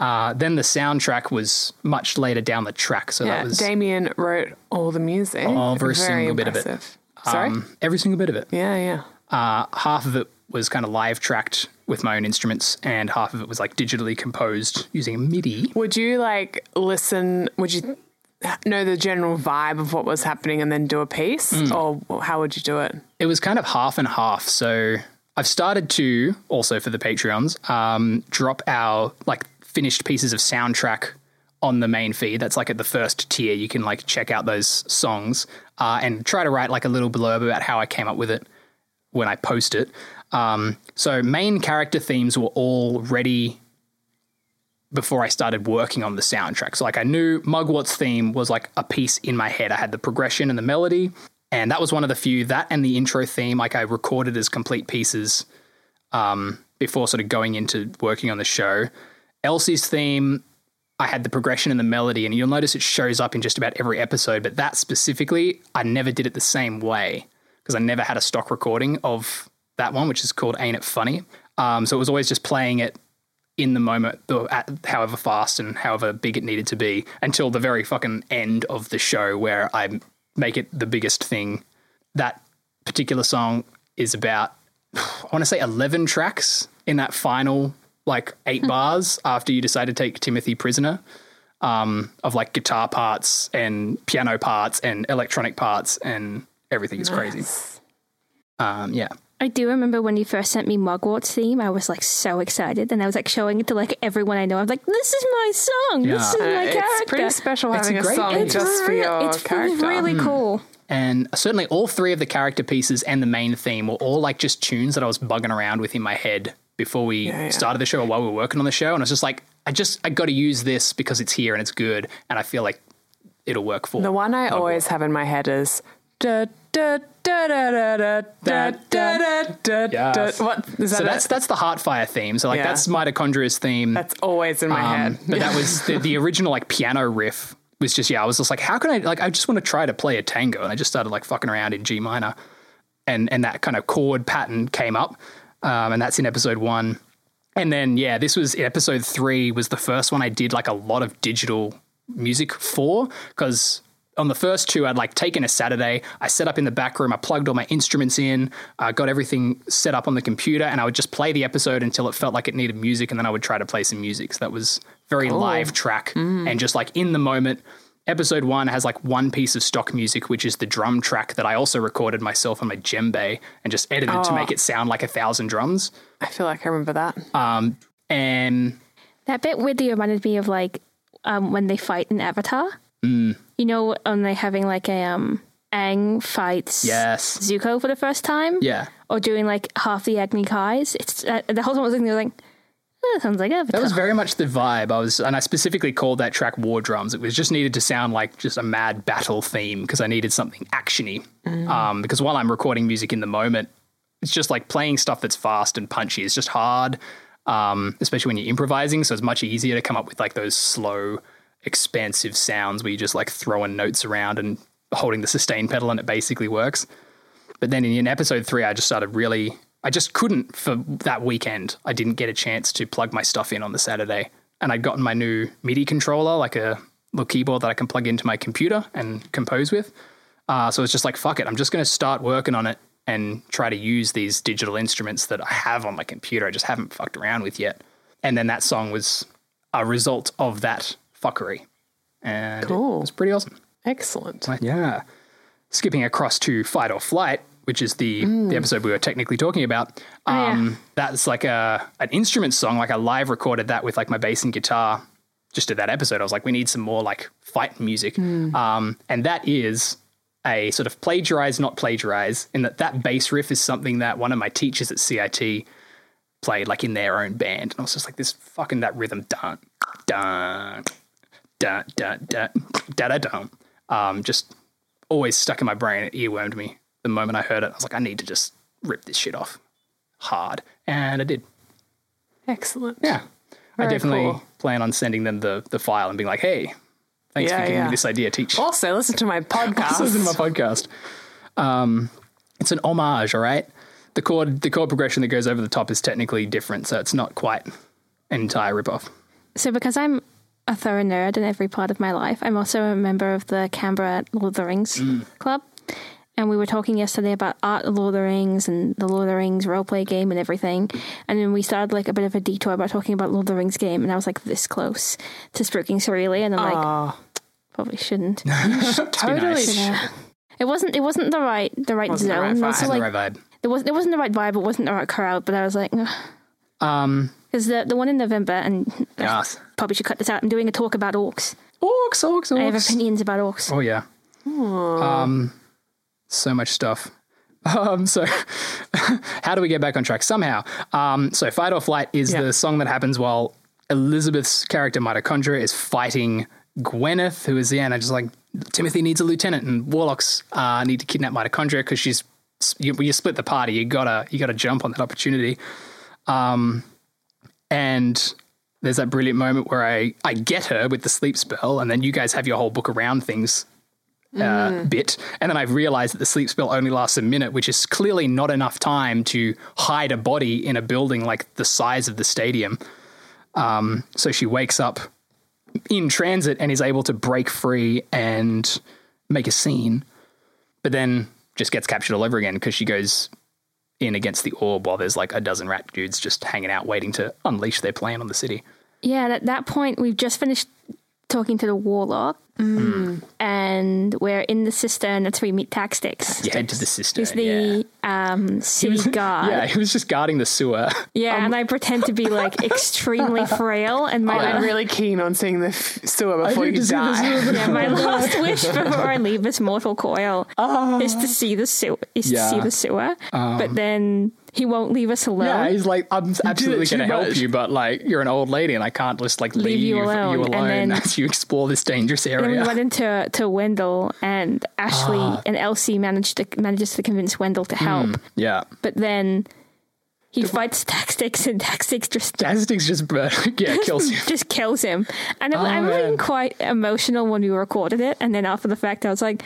Uh, then the soundtrack was much later down the track, so Yeah. that was Damien wrote all the music. All every single bit of it. it. Sorry. um, every single bit of it. yeah. Yeah. uh, half of it was kind of live tracked with my own instruments, and half of it was like digitally composed using MIDI. Would you like listen? Would you know the general vibe of what was happening and then do a piece, Mm. or how would you do it? It was kind of half and half. So I've started to also for the Patreons um, drop our like finished pieces of soundtrack on the main feed. That's like at the first tier. You can like check out those songs uh, and try to write like a little blurb about how I came up with it when I post it. Um, so main character themes were all ready before I started working on the soundtrack. So like I knew Mugwart's theme was like a piece in my head. I had the progression and the melody, and that was one of the few that and the intro theme like I recorded as complete pieces um, before sort of going into working on the show. Elsie's theme I had the progression and the melody, and you'll notice it shows up in just about every episode. But that specifically, I never did it the same way because I never had a stock recording of that one, which is called "Ain't It Funny." Um, so it was always just playing it in the moment, though, at however fast and however big it needed to be, until the very fucking end of the show where I make it the biggest thing. That particular song is about, I want to say, 11 tracks in that final, like, eight bars after you decide to take Timothy prisoner um, of like guitar parts and piano parts and electronic parts and everything is crazy. Um, yeah. I do remember when you first sent me Mugwart's theme, I was like so excited and I was like showing it to like everyone I know. I'm like, this is my song. This is Yeah. my it's character. pretty special It's a having a, great song idea. just for real- your it's character. Hmm. really cool. and certainly all three of the character pieces and the main theme were all like just tunes that I was bugging around with in my head before we yeah. started the show or while we were working on the show. And I was just like, I just I got to use this because it's here and it's good, and I feel like it'll work for. The one I always have in my head is da, da, da, da, da, da, da, da, da, da, da. Yes. What is that? So it? that's that's the Heartfire theme. So like Yeah. that's mitochondria's theme. That's always in my Um, head. but that was the, the original like piano riff was just yeah. I was just like, how can I like? I just want to try to play a tango, and I just started like fucking around in G minor, and and that kind of chord pattern came up, um, and that's in episode one. And then yeah, this was episode three was the first one I did like a lot of digital music for because on the first two I'd like taken a Saturday, I set up in the back room, I plugged all my instruments in, I got everything set up on the computer, and I would just play the episode until it felt like it needed music, and then I would try to play some music. So that was very live track and just like in the moment. Episode one has like one piece of stock music, which is the drum track that I also recorded myself on my djembe and just edited to make it sound like a thousand drums. I feel like I remember that. Uh, And That bit weirdly reminded me of like um, when they fight in Avatar. Mm. Hmm. You know, when they're having like a um, Aang fights yes, Zuko for the first time, yeah, or doing like half the Agni Kai's. It's uh, the whole time I was looking, there like, "Oh, that sounds like Avatar. That was very much the vibe. I was, and I specifically called that track "War Drums." It was just needed to sound like just a mad battle theme because I needed something actiony. Um, because while I'm recording music in the moment, it's just like playing stuff that's fast and punchy. It's just hard, um, especially when you're improvising. So it's much easier to come up with like those slow, expansive sounds where you're just like throwing notes around and holding the sustain pedal, and it basically works. But then in, in episode three, I just started really. I just couldn't for that weekend. I didn't get a chance to plug my stuff in on the Saturday, and I'd gotten my new MIDI controller, like a little keyboard that I can plug into my computer and compose with. Uh, so it's just like fuck it. I'm just going to start working on it and try to use these digital instruments that I have on my computer. I just haven't fucked around with yet. And then that song was a result of that fuckery, and Cool. it was pretty awesome. Excellent. Like, yeah. Skipping across to fight or flight, which is the, the episode we were technically talking about. yeah. Um, That's like a an instrument song. Like I live recorded that with like my bass and guitar. Just did that episode. I was like, we need some more like fight music. Um, and that is a sort of plagiarize, not plagiarize, in that that bass riff is something that one of my teachers at CIT played like in their own band. And I was just like, this fucking that rhythm, dun, dun, dun, dun, dun, da da dun. Um, just always stuck in my brain. It earwormed me the moment I heard it. I was like, I need to just rip this shit off hard. And I did. Excellent. Yeah. I Very definitely cool. plan on sending them the, the file and being like, hey, thanks Yeah, for giving yeah. Oh, me this idea, teach. Also, listen to my podcast. This is in my podcast. Um, it's an homage, all right? The chord the chord progression that goes over the top is technically different, so it's not quite an entire ripoff. So, because I'm a thorough nerd in every part of my life, I'm also a member of the Canberra Lord of the Rings Mm. Club. And we were talking yesterday about art, of Lord of the Rings, and the Lord of the Rings roleplay game and everything. And then we started like a bit of a detour about talking about Lord of the Rings game. And I was like this close to spooking Cerealia, and I'm like, Oh, probably shouldn't. totally. nice. should- it wasn't. It wasn't the right. The right Wasn't the right zone. vibe. also, Wasn't like the right vibe. it wasn't. It wasn't the right vibe. It wasn't the right crowd. But I was like, Um because the the one in November, and yes. probably should cut this out. I'm doing a talk about orcs. Orcs, orcs, orcs. I have opinions about orcs. Oh yeah. Um, so much stuff. Um, so how do we get back on track somehow? Um, so fight or flight is Yeah. the song that happens while Elizabeth's character mitochondria is fighting Gwyneth, who is the end. I just like Timothy needs a lieutenant, and warlocks uh, need to kidnap mitochondria because she's you, you split the party. You gotta you gotta jump on that opportunity. And there's that brilliant moment where I, I get her with the sleep spell, and then you guys have your whole book around things uh, bit. And then I realize that the sleep spell only lasts a minute, which is clearly not enough time to hide a body in a building like the size of the stadium. Um, so she wakes up in transit and is able to break free and make a scene, but then just gets captured all over again because she goes in against the orb while there's like a dozen rat dudes just hanging out waiting to unleash their plan on the city. Yeah, and at that point, we've just finished talking to the warlock, Hmm. and we're in the cistern. That's where we meet Taxtix, You head to the cistern. who's the um, city yeah. guard. um, yeah, Yeah, he was just guarding the sewer. and I pretend to be like extremely frail, and my Oh, I'm really keen on seeing the f- sewer before need you to see the die. sewer. yeah, my last wish before I leave this mortal coil is to see the sewer. Is Oh. Yeah. Um. to see the sewer, but then He won't leave us alone. Yeah, he's like, I'm absolutely too going to help much. you, but like, you're an old lady, and I can't just like leave, Leave you alone, and then- as you explore this dangerous And then we area. run into to Wendell and Ashley Ah. and Elsie managed to manages to convince Wendell to help, yeah, but then he fights Taxix and Taxix just Dazdick's just bur- yeah kills you. just kills him. And I remember man. being quite emotional when we recorded it, and then after the fact, I was like.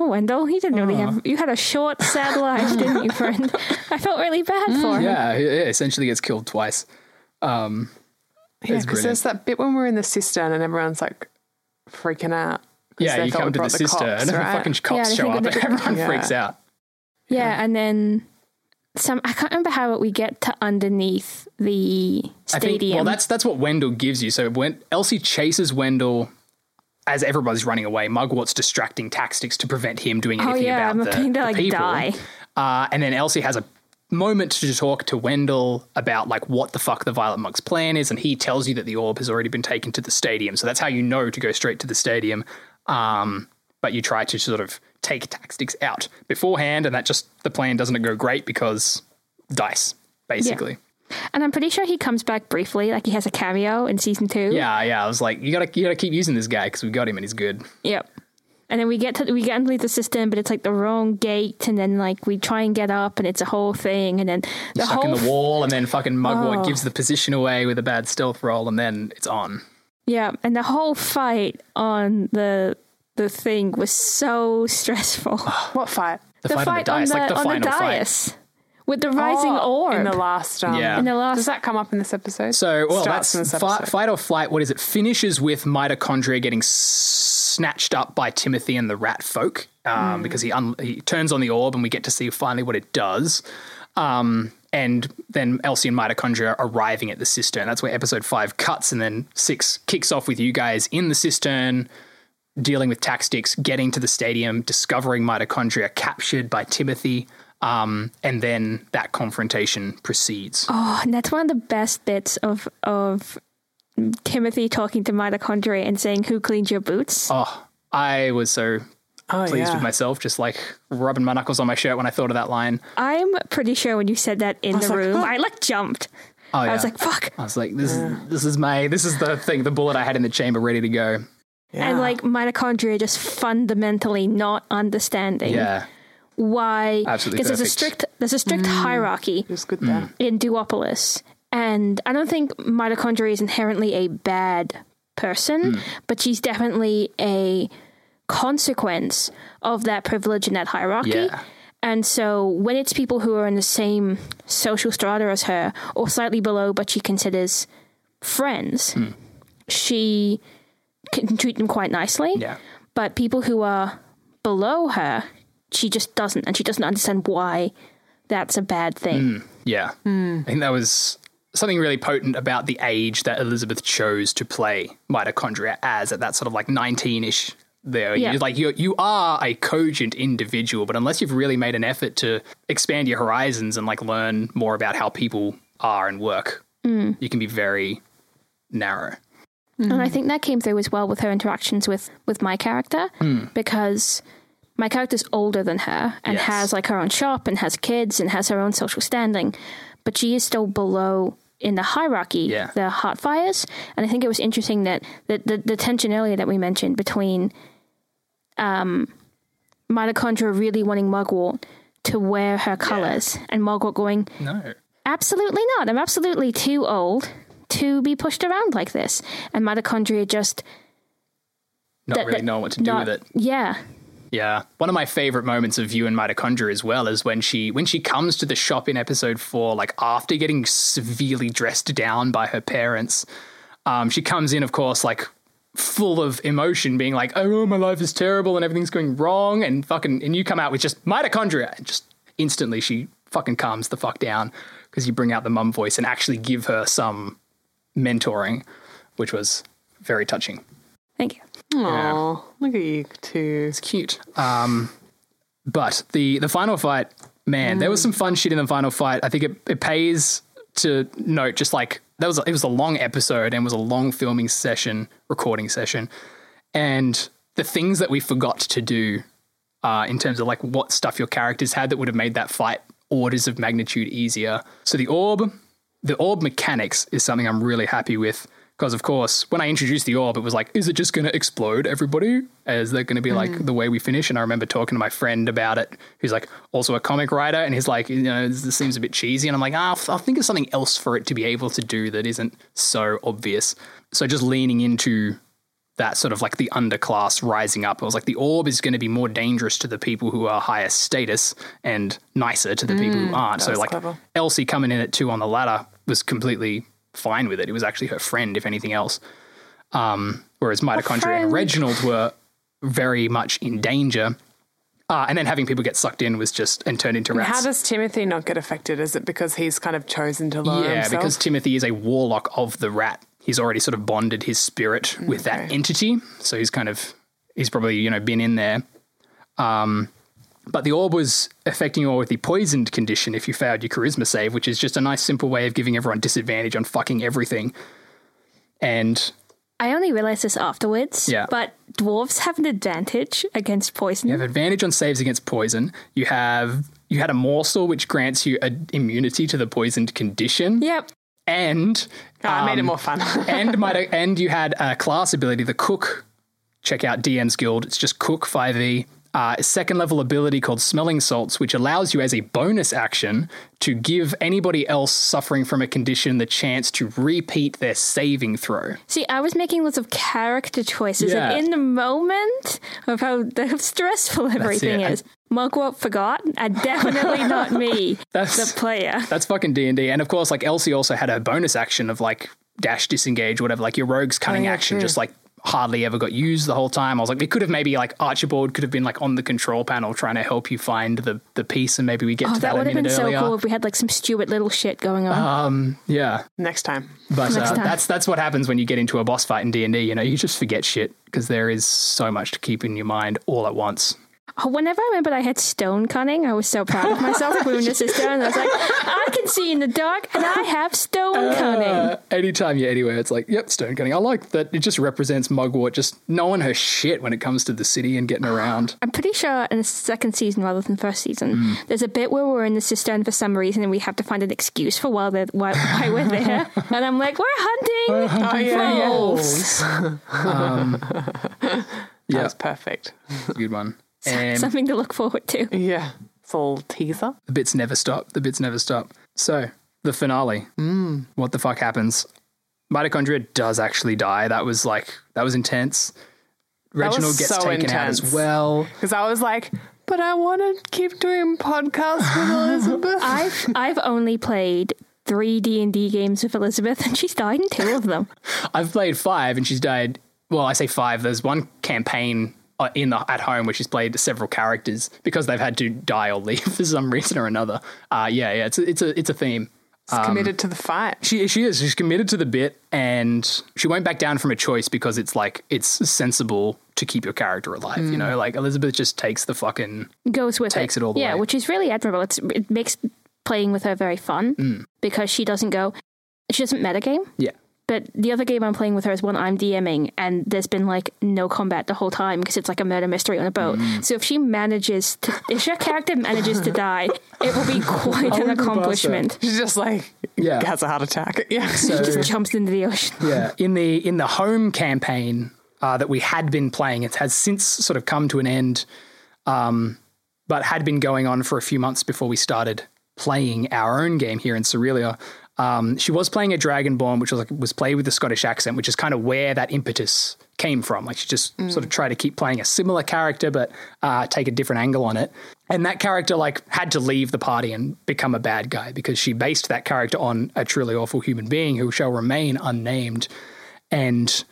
Oh, Wendell, he didn't really Ah. have. You had a short, sad life, didn't you, friend? I felt really bad for him. Hmm. Yeah, he he essentially gets killed twice. Yeah, That's because there's that bit when we're in the cistern and everyone's like freaking out. 'cause Yeah, they you thought come we to the brought sister, cops, and the right? fucking cops they show think up, that and they- everyone Yeah. freaks out. Yeah, and then some. I can't remember how we get to underneath the I think, stadium. well, that's that's what Wendell gives you. So when Elsie chases Wendell as everybody's running away, Mugwort's distracting tactics to prevent him doing Oh anything yeah, I'm about the, going to the like people. die. Uh, and then Elsie has a moment to talk to Wendell about like what the fuck the Violet Monk's plan is, and he tells you that the orb has already been taken to the stadium. So that's how you know to go straight to the stadium. Um, but you try to sort of take tactics out beforehand, and that just the plan doesn't go great because dice, basically. And I'm pretty sure he comes back briefly, like he has a cameo in season two. Yeah, yeah. I was like, you gotta, you gotta keep using this guy because we got him and he's good. Yep. And then we get to we get underneath the system, but it's like the wrong gate, and then like we try and get up, and it's a whole thing, and then the Stuck in whole the f- wall, and then fucking Mugwort Oh. gives the position away with a bad stealth roll, and then it's on. yeah, and the whole fight on the the thing was so stressful. What fight? The, fight, on the dice, like the on final the fight. dais with the rising Oh, orb in the last. Um, Yeah. In the last- Does that come up in this episode? So, well, Starts in that's this fi- episode. fight or flight. What is it? Finishes with mitochondria getting s- snatched up by Timothy and the rat folk um, because he, un- he turns on the orb and we get to see finally what it does. Um, and then Elsie and mitochondria arriving at the cistern. That's where episode five cuts, and then six kicks off with you guys in the cistern. Dealing with tactics, getting to the stadium, discovering mitochondria captured by Timothy, um, and then that confrontation proceeds. Oh, and that's one of the best bits of of Timothy talking to mitochondria and saying, "Who cleaned your boots?" Oh, I was so Oh, pleased yeah. with myself, just like rubbing my knuckles on my shirt when I thought of that line. I'm pretty sure when you said that in the like, room, "Huh?" I like jumped. Oh, yeah. I was like, "Fuck!" I was like, this is this is my this is the thing, the bullet I had in the chamber ready to go. Yeah. And like mitochondria just fundamentally not understanding Yeah. why Absolutely there's a perfect. strict there's a strict Mm. hierarchy It was good there. in Duopolis, and I don't think mitochondria is inherently a bad person, Hmm. but she's definitely a consequence of that privilege and that hierarchy. Yeah. And so when it's people who are in the same social strata as her or slightly below, but she considers friends, Hmm. she can treat them quite nicely. Yeah. But people who are below her, she just doesn't. And she doesn't understand why that's a bad thing. Yeah. I think that was something really potent about the age that Elizabeth chose to play mitochondria as at that sort of like 19 ish there. Yeah. You, like you, you are a cogent individual, but unless you've really made an effort to expand your horizons and like learn more about how people are and work, you can be very narrow. And Mm-hmm. I think that came through as well with her interactions with with my character because my character's older than her and Hmm. Yes. has like her own shop and has kids and has her own social standing, but she is still below in the hierarchy Yeah. the Heartfires. And I think it was interesting that, that the, the tension earlier that we mentioned between um, mitochondria really wanting Mugwort to wear her colors and Mugwort going, No. Absolutely not. I'm absolutely too old to be pushed around like this. And mitochondria just Not that- really that- knowing what to do not- with it. Yeah. Yeah. One of my favorite moments of you and mitochondria as well is when she when she comes to the shop in episode four, like after getting severely dressed down by her parents. Um, she comes in, of course, like full of emotion, being like, Oh, my life is terrible and everything's going wrong and fucking and you come out with just mitochondria and just instantly she fucking calms the fuck down because you bring out the mum voice and actually give her some mentoring, which was very touching. Thank you. Mm, Aw, look at you two. It's cute. Um, but the the final fight, man, there was some fun shit in the final fight. I think it, it pays to note just like that was a, it was a long episode and was a long filming session, recording session, and the things that we forgot to do uh, in terms of like what stuff your characters had that would have made that fight orders of magnitude easier. So the orb, the orb mechanics is something I'm really happy with. Because of course, when I introduced the orb, it was like, is it just going to explode everybody? Is that going to be Mm. like the way we finish? And I remember talking to my friend about it, who's like also a comic writer, and he's like, you know, this, this seems a bit cheesy. And I'm like, ah, I'll, I'll think of something else for it to be able to do that isn't so obvious. So just leaning into that sort of like the underclass rising up. I was like, the orb is going to be more dangerous to the people who are higher status and nicer to the people who aren't. So, Mm, was like, clever. Elsie coming in at two on the ladder was completely fine with it. It was actually her friend, if anything else. Um, whereas Mitochondria and friend. Reginald were very much in danger. Uh, and then having people get sucked in was just and turned into rats. How does Timothy not get affected? Is it because he's kind of chosen to lower Yeah, himself? because Timothy is a warlock of the rat. He's already sort of bonded his spirit with that entity, so he's kind of he's probably you know been in there. Um, but the orb was affecting you all with the poisoned condition if you failed your charisma save, which is just a nice simple way of giving everyone disadvantage on fucking everything. And I only realized this afterwards, Yeah. but dwarves have an advantage against poison. You have advantage on saves against poison. You have you had a morsel which grants you a immunity to the poisoned condition, Yep. and Oh, I um, made it more fun. and might and you had a class ability, the cook. Check out DM's Guild. It's just cook five e. Uh, second level ability called Smelling Salts, which allows you as a bonus action to give anybody else suffering from a condition the chance to repeat their saving throw. See, I was making lots of character choices, Yeah. and in the moment of how, how stressful everything it. is, Mugwort forgot, and definitely not me, That's- the player. That's fucking D and D. And of course, like Elsie also had her bonus action of like dash disengage, whatever. Like your rogue's cunning Oh, yeah, action, true. just like hardly ever got used the whole time. I was like, it could have maybe like Archibald could have been like on the control panel trying to help you find the the piece, and maybe we get Oh, to that, that would a have been minute so earlier. cool if we had like some Stuart Little shit going on. Yeah, Next time. but Next uh, time. that's that's what happens when you get into a boss fight in D and D. You know, you just forget shit because there is so much to keep in your mind all at once. Oh, Whenever I remembered I had stone cunning, I was so proud of myself. we were in the sister, and I was like, I can see in the dark, and I have stone cunning. Uh, anytime you're anywhere, it's like, yep, stone cutting. I like that it just represents Mugwort just knowing her shit when it comes to the city and getting around. I'm pretty sure in the second season rather than first season, there's a bit where we're in the cistern for some reason, and we have to find an excuse for why, they're- why, why we're there. And I'm like, we're hunting. Oh, yeah, yeah. wolves." Um, Yeah, That's perfect. that's a good one. And Something to look forward to. Yeah. It's all teaser. the bits never stop. The bits never stop. So the finale. Mm. What the fuck happens? Mitochondria does actually die. That was like that was intense. was Reginald gets so taken out as intense. well. Because I was like, but I want to keep doing podcasts with Elizabeth. I've I've only played three D and D games with Elizabeth, and she's died in two of them. I've played five, and she's died. Well, I say five. There's one campaign uh, in the at home where she's played several characters because they've had to die or leave for some reason or another. Uh, yeah, yeah, it's a, it's a it's a theme. It's committed to the fight. She she is she's committed to the bit, and she won't back down from a choice because it's like it's sensible to keep your character alive. Mm. You know, like Elizabeth just takes the fucking goes with Takes it all the yeah, way. which is really admirable. It's, it makes playing with her very fun Mm. because she doesn't go, she doesn't metagame. yeah. But the other game I'm playing with her is one I'm DMing, and there's been like no combat the whole time because it's like a murder mystery on a boat. Mm. So if she manages to, if her character manages to die, it will be quite an wouldn't pass that. accomplishment. She's just like, Yeah. has a heart attack. Yeah. She just jumps into the ocean. yeah. In the in the home campaign uh, that we had been playing, it has since sort of come to an end, um, but had been going on for a few months before we started playing our own game here in Cerealia. Um, she was playing a Dragonborn, which was like was played with the Scottish accent, which is kind of where that impetus came from. Like she just sort of tried to keep playing a similar character, but uh, take a different angle on it. And that character like had to leave the party and become a bad guy because she based that character on a truly awful human being who shall remain unnamed. And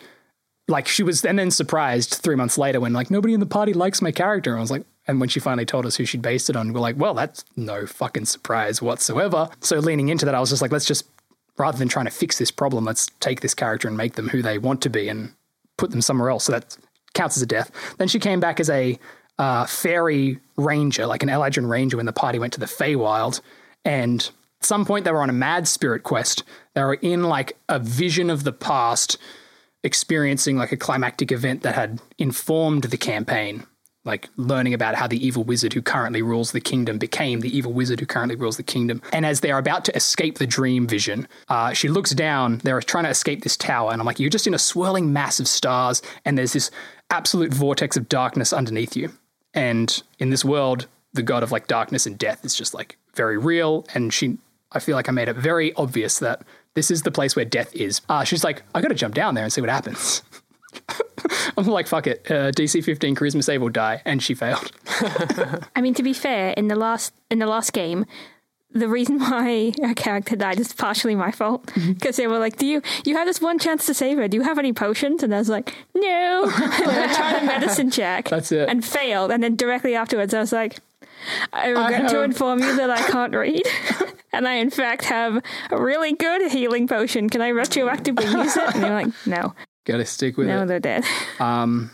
like she was, and then surprised three months later when like nobody in the party likes my character. And I was like, and when she finally told us who she'd based it on, we're like, well, that's no fucking surprise whatsoever. So leaning into that, I was just like, let's just rather than trying to fix this problem, let's take this character and make them who they want to be and put them somewhere else. So that counts as a death. Then she came back as a uh, fairy ranger, like an Eladrin ranger, when the party went to the Feywild. And at some point, they were on a mad spirit quest. They were in like a vision of the past, experiencing like a climactic event that had informed the campaign. like learning about how the evil wizard who currently rules the kingdom became the evil wizard who currently rules the kingdom. And as they're about to escape the dream vision, uh, she looks down. They're trying to escape this tower, and I'm like, you're just in a swirling mass of stars, and there's this absolute vortex of darkness underneath you. And in this world, the god of like darkness and death is just like very real. And she, I feel like I made it very obvious that this is the place where death is. Uh, she's like, I got to jump down there and see what happens. I'm like, fuck it. Uh, DC 15 charisma save or die, and she failed. I mean, to be fair, in the last in the last game, the reason why her character died is partially my fault Mm-hmm. because they were like, "Do you you have this one chance to save her? Do you have any potions?" And I was like, "No." and I tried a medicine check. That's it. And failed. And then directly afterwards, I was like, "I regret to have- inform you that I can't read." And I, in fact, have a really good healing potion. Can I retroactively use it? And they're like, no, Got to stick with no, it. they're dead. Um,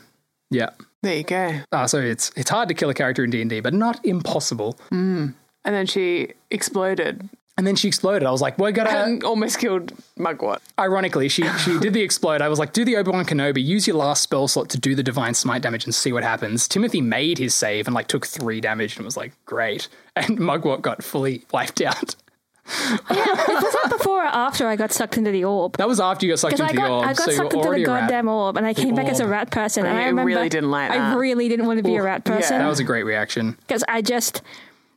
yeah. There you go. Uh, so it's it's hard to kill a character in D and D, but not impossible. And then she exploded And then she exploded. I was like, "We're gonna." and almost killed Mugwort. Ironically, she she did the explode. I was like, "Do the Obi Wan Kenobi? Use your last spell slot to do the divine smite damage and see what happens." Timothy made his save and like took three damage and was like, "Great!" And Mugwort got fully wiped out. Was that before or after I got sucked into the orb? That was after you got sucked Because into I the got, orb, I got so you sucked were into the already a rat. goddamn orb, and I came back as a orb. rat person. And You I remember really didn't like I that. really didn't want to be a rat That person was a great reaction. because I just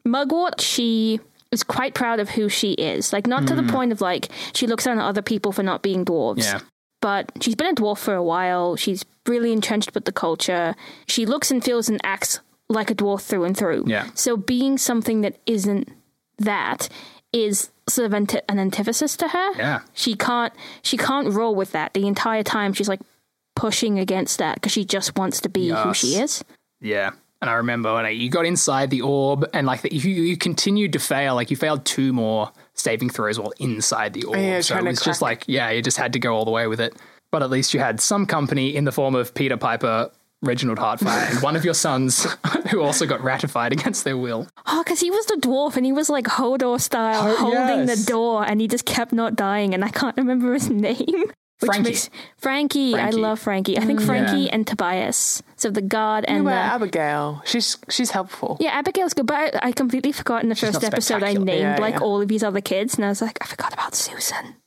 mugwort. She is quite proud of who she is, like not to the point of like she looks down at other people for not being dwarves. Hmm. Yeah. But she's been a dwarf for a while. She's really entrenched with the culture. She looks and feels and acts like a dwarf through and through. Yeah. So being something that isn't that is sort of anti- an antithesis to her. Yeah. She can't she can't roll with that. The entire time she's like pushing against that because she just wants to be who Yes. she is. Yeah. And I remember when I, you got inside the orb, and like the, you, you continued to fail. Like you failed two more saving throws while inside the orb. yeah, so it trying to was just crack- like, yeah, you just had to go all the way with it. But at least you had some company in the form of Peter Piper, Reginald Hartfire, and one of your sons who also got ratified against their will. Oh, because he was the dwarf and he was like Hodor style, Oh, holding yes. the door, and he just kept not dying. And I can't remember his name. Which Frankie. Frankie, Frankie. I love Frankie. I think Frankie Yeah. and Tobias, so the guard What and about the, Abigail? She's she's helpful. yeah, Abigail's good. But I, I completely forgot in the She's first not episode I spectacular. named Yeah, like yeah. all of these other kids, and I was like, I forgot about Susan.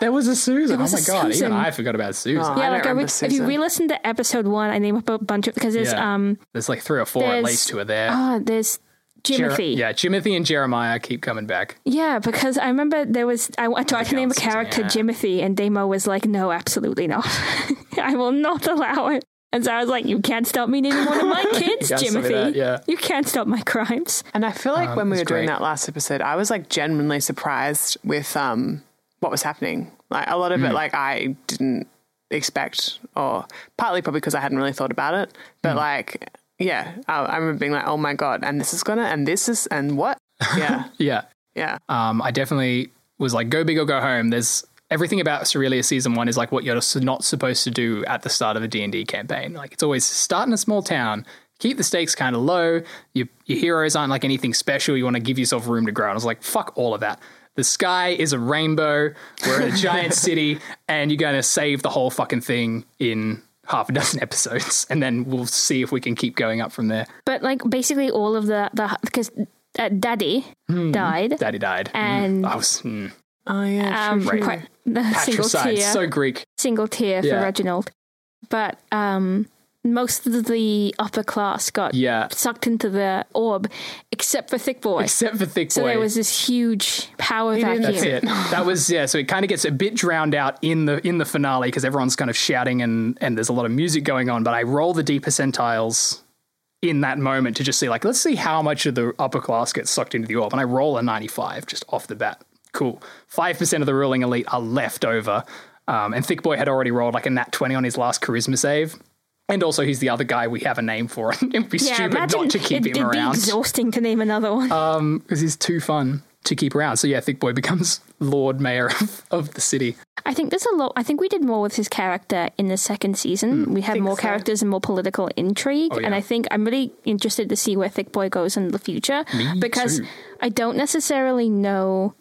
there was a Susan. was oh my a god, Susan. even I forgot about Susan. Oh. I Yeah, don't like I remember re- if you Susan. re-listen to episode one, I name up a bunch of because there's Yeah. um There's like three or four at There's- least who are there. oh there's Jer- Jimothy. yeah, Jimothy and Jeremiah keep coming back. Yeah, because I remember there was I, I tried to name a Season, character yeah. Jimothy, and Demo was like, "No, absolutely not. I will not allow it." And so I was like, "You can't stop me naming one of my kids, gotta stop me Jimothy. that, yeah. You can't stop my crimes." And I feel like Um, when we it's were doing great. that last episode, I was like genuinely surprised with um what was happening. Like a lot Hmm. of it, like I didn't expect, or partly probably because I hadn't really thought about it. Hmm. But like, yeah, I, I remember being like, oh my god, and this is gonna, and this is, and what? Yeah, Yeah. yeah. Um, I definitely was like, go big or go home. There's everything about Cerealia season one is like what you're s- not supposed to do at the start of a D&D campaign. Like it's always start in a small town, keep the stakes kind of low. Your, your heroes aren't like anything special. You want to give yourself room to grow. And I was like, fuck all of that. The sky is a rainbow. We're in a giant city and you're going to save the whole fucking thing in half a dozen episodes. And then we'll see if we can keep going up from there. But like basically all of the the because uh, Daddy Hmm. died, Daddy died. and I was mm, Oh yeah, um, Right. quite, single patricide. tear, So Greek. single tear Yeah. for Reginald. But um, most of the upper class got Yeah. sucked into the orb, except for Thick Boy. except for thick So boy. there was this huge power didn't- vacuum. that's it. That was yeah. So it kind of gets a bit drowned out in the in the finale because everyone's kind of shouting and and there's a lot of music going on. But I roll the D percentiles in that moment to just see like let's see how much of the upper class gets sucked into the orb. And I roll a 95 just off the bat. Cool. Five percent of the ruling elite are left over. Um, and Thick Boy had already rolled like a nat 20 on his last charisma save. And also, he's the other guy we have a name for. and It'd be Yeah, stupid imagine not to keep it, him would be around. Uh, exhausting to name another one. because he's too fun to keep around. So yeah, Thick Boy becomes Lord Mayor of, of the city. I think there's a lot. I think we did more with his character in the second season. we had think more so. characters and more political intrigue, Hmm, Oh, and yeah. I think I'm really interested to see where Thick Boy goes in the future because too. I don't necessarily know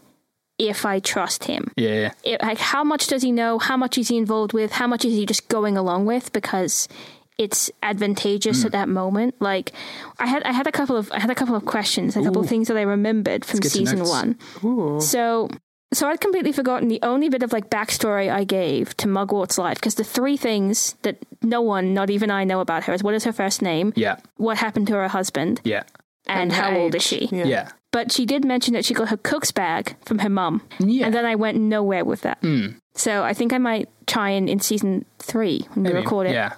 if I trust him. Yeah, it, like how much does he know how much is he involved with how much is he just going along with because it's advantageous Hmm. at that moment. Like I had I had a couple of I had a couple of questions, a couple of things that I remembered from get to season notes. one. So so I'd completely forgotten the only bit of like backstory I gave to Mugwort's life because the three things that no one, not even I, know about her is what is her first name, Yeah. what happened to her husband, Yeah. and how old is she. Yeah. Yeah. But she did mention that she got her cook's bag from her mum, Yeah. and then I went nowhere with that. Mm. So I think I might try and in season three when we Maybe. record it, Yeah. try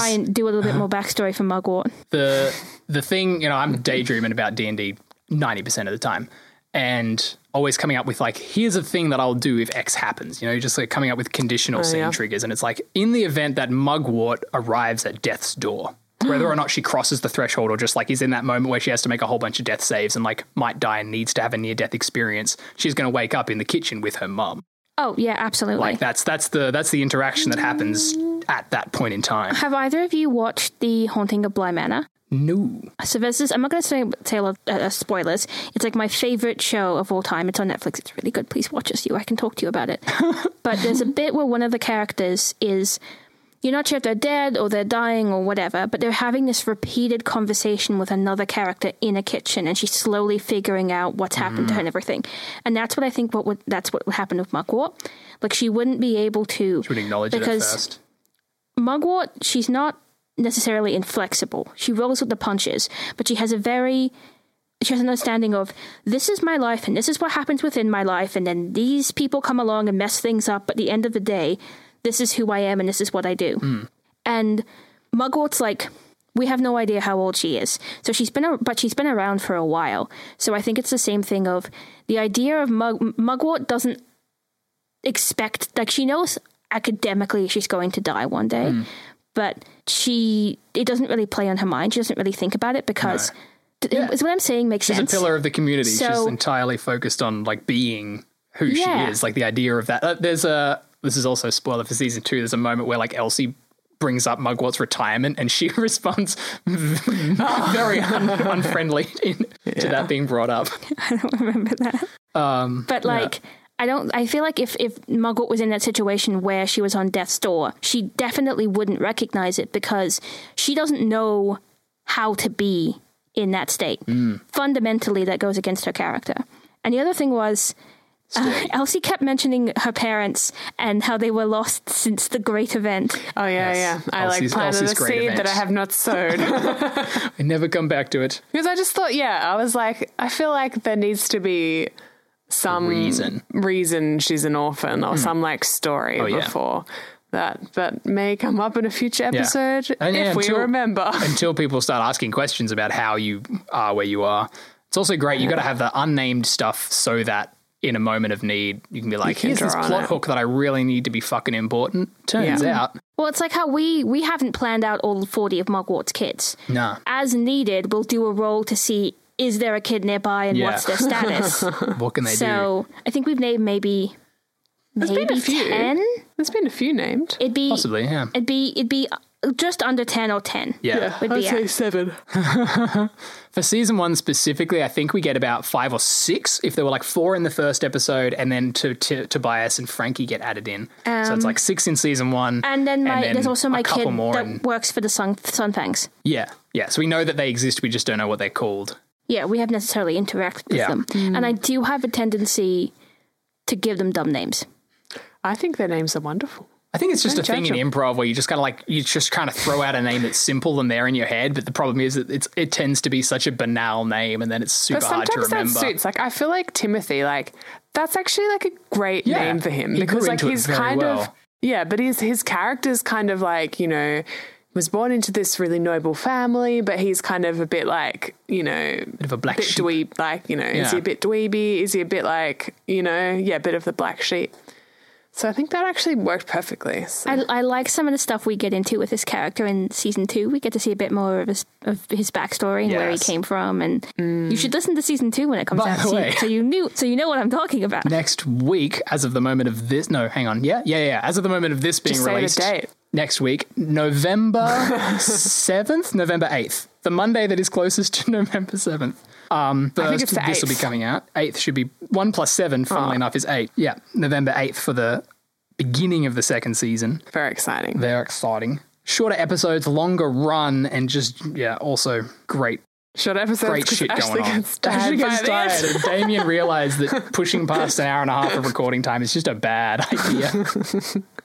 There's- and do a little bit more backstory for Mugwort. the the thing you know i'm daydreaming about d&d 90% of the time and always coming up with like here's a thing that i'll do if x happens you know just like coming up with conditional scene yeah. triggers and it's like in the event that mugwort arrives at death's door whether or not she crosses the threshold or just like is in that moment where she has to make a whole bunch of death saves and like might die and needs to have a near death experience she's going to wake up in the kitchen with her mum Oh yeah, absolutely. like that's that's the that's the interaction that happens at that point in time Have either of you watched the Haunting of Bly Manor? no So this is I'm not going to say say a lot uh, uh, spoilers. It's like my favorite show of all time. It's on Netflix. It's really good. Please watch it. You, I can talk to you about it. but there's a bit where one of the characters is you're not sure if they're dead or they're dying or whatever, but they're having this repeated conversation with another character in a kitchen, and she's slowly figuring out what's happened Mm. to her and everything. And that's what I think. What would that's what would happen with Mugwort. Like she wouldn't be able to. She would acknowledge it at first Mugwort, she's not necessarily inflexible. She rolls with the punches, but she has a very she has an understanding of this is my life and this is what happens within my life and then these people come along and mess things up, but at the end of the day, this is who I am and this is what I do. And Mugwort's like we have no idea how old she is. So she's been a, but she's been around for a while. So I think it's the same thing of the idea of Mug, Mugwort doesn't expect like she knows academically she's going to die one day Hmm. but she it doesn't really play on her mind she doesn't really think about it because th- is what i'm saying makes She's sense a pillar of the community. She's So- entirely focused on like being who Yeah. she is, like the idea of that. Uh, there's a this is also a spoiler for season two. There's a moment where like Elsie brings up Mugwort's retirement, and she responds very un- unfriendly in, to that being brought up. i don't remember that um but like I don't. I feel like if if Mugwort was in that situation where she was on death's door, she definitely wouldn't recognize it because she doesn't know how to be in that state. Fundamentally, that goes against her character. And the other thing was, uh, Elsie kept mentioning her parents and how they were lost since the great event. Oh yeah, Yes. yeah. I like Elsie's- planted Elsie's a great seed event. that I have not sowed I never come back to it. because I just thought, yeah, I was like, I feel like there needs to be some Reason. Hmm. reason she's an orphan or some like story Oh, yeah. before that that may come up in a future episode And, yeah, if we until- remember. Until people start asking questions about how you are where you are, it's also great. You got to have the unnamed stuff so that. In a moment of need, you can be like, can "Here's this draw on plot it. hook that I really need to be fucking important." Turns Yeah. out, Well, it's like how we we haven't planned out all forty of Mugwort's kids. nah, As needed, we'll do a roll to see is there a kid nearby and Yeah. what's their status. what can they do? So I think we've named maybe been maybe a few. ten. There's been a few named. It'd be Possibly, yeah. it'd be it'd be just under ten or ten. yeah. would be at. seven. For season one specifically, I think we get about five or six. If there were like four in the first episode, and then to, to Tobias and Frankie get added in, so it's like six in season one. Um, And then my there's also a my couple kid more. that and, works for the Sun Sunfangs. yeah, yeah. So we know that they exist. We just don't know what they're called. Yeah, we haven't necessarily interacted with Yeah. Mm. them, and I do have a tendency to give them dumb names. I think their names are wonderful. I think it's just a Don't thing judge in improv where you just kind of like you just kind of throw out a name that's simple and there in your head, but the problem is that it's it tends to be such a banal name, and then it's super But hard to sometimes that remember. suits. Like I feel like Timothy, like that's actually like a great Yeah, name for him he because grew like into it he's very kind of well. yeah, but his his character's kind of like you know was born into this really noble family, but he's kind of a bit like you know Bit of a black bit sheep. dweeb. Like you know, is he Yeah. a bit dweeby? Is he a bit like you know yeah, a bit of the black sheep? So I think that actually worked perfectly. So- I, I like some of the stuff we get into with this character in season two. We get to see a bit more of his of his backstory and where he Yes. came from, and you should listen to season two when it comes By out, the so way. you, so you knew so you know what I'm talking about. next week, as of the moment of this. No, hang on. Yeah, yeah, yeah. As of the moment of this being Just say the released, date. next week, November seventh, November eighth, the Monday that is closest to November seventh. Um, I think it's first, the Ah. this will be 8th. coming out. Eighth should be one plus seven. Funnily enough, is eight. Yeah, November eighth for the beginning of the second season. Very exciting. Very exciting. shorter episodes, longer run, and just yeah, also great Short episodes. great 'cause shit Ashley going on. Gets tired Ashley gets by the end. tired, and Damien realized that pushing past an hour and a half of recording time is just a bad idea.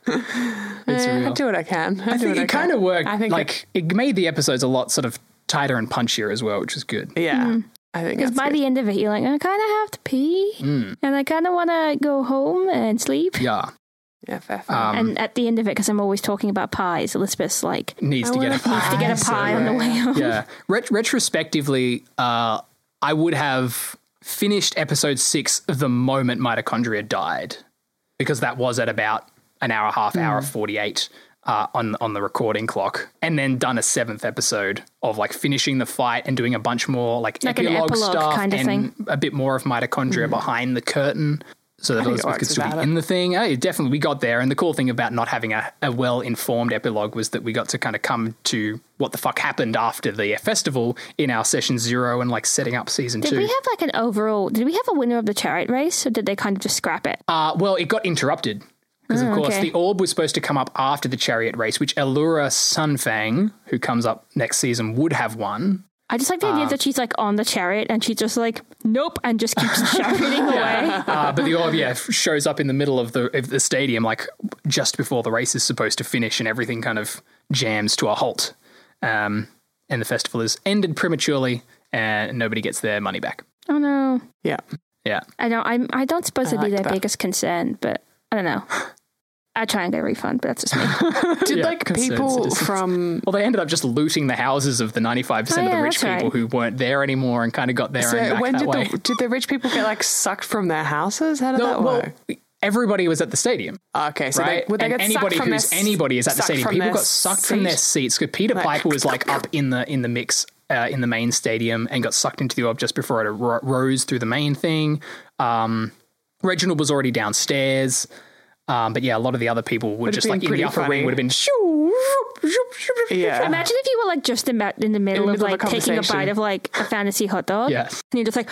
it's Eh, I real. do what I can. I I, do think what I it can. kind of worked. I think like it, made the episodes a lot sort of tighter and punchier as well, which is good. it- yeah. I think Because that's by good. the end of it, you're like, I kind of have to pee, Mm. and I kind of want to go home and sleep. Yeah, yeah, fair, fair. um, And at the end of it, because I'm always talking about pies, Elizabeth's like, needs I to get wanna a pie. needs to get a so pie on the right. way home. yeah. Ret- retrospectively, uh, I would have finished episode six the moment mitochondria died, because that was at about an hour, half hour, Hmm. forty-eight uh, on on the recording clock, and then done a seventh episode of like finishing the fight and doing a bunch more like, Like an epilogue, epilogue stuff kind of and thing. Hmm. a bit more of mitochondria behind the curtain. So that think it Elizabeth could works still be without it. in the thing. Oh, it definitely, we got there. And the cool thing about not having a, a well informed epilogue was that we got to kind of come to what the fuck happened after the festival in our session zero and like setting up season Did two. we have like an overall? Did we have a winner of the chariot race, or did they kind of just scrap it? uh, well, it got interrupted because, of Oh, course, okay. the orb was supposed to come up after the chariot race, which Allura Sunfang, who comes up next season, would have won. I just like the Uh, idea that she's like on the chariot and she's just like, nope, and just keeps charioting away. Uh, but the orb, yeah, f- shows up in the middle of the, of the stadium, like just before the race is supposed to finish, and everything kind of jams to a halt. Um, and the festival is ended prematurely, and nobody gets their money back. Oh no, yeah. Yeah. I don't. I'm. I don't suppose I it'd be like their that. biggest concern, but I don't know. I try and get a refund, but that's just me. Did Yeah, like concerned people citizens. from Well, they ended up just looting the houses of the 95% Oh, of yeah, the rich that's right. people who weren't there anymore and kind of got their own so back when that did way. the did the rich people get like sucked from their houses? How did No, that well, work? Oh, everybody was at the stadium. Okay, so right? they, would and they get sucked anybody from who's their, s- anybody is at the sucked stadium. from People their got sucked from their seat? seats because Peter Like- Piper was like up in the in the mix uh, in the main stadium and got sucked into the orb just before it ro- rose through the main thing. Um, Reginald was already downstairs. Um, but yeah, a lot of the other people were Would've just been like in pretty the upper funny. ring would have been shoo, shoo, shoo, shoo, shoo. Yeah. Imagine if you were like just in, about in the middle, In the of middle like of a taking a conversation. bite of like a fantasy hot dog, Yeah. and you're just like,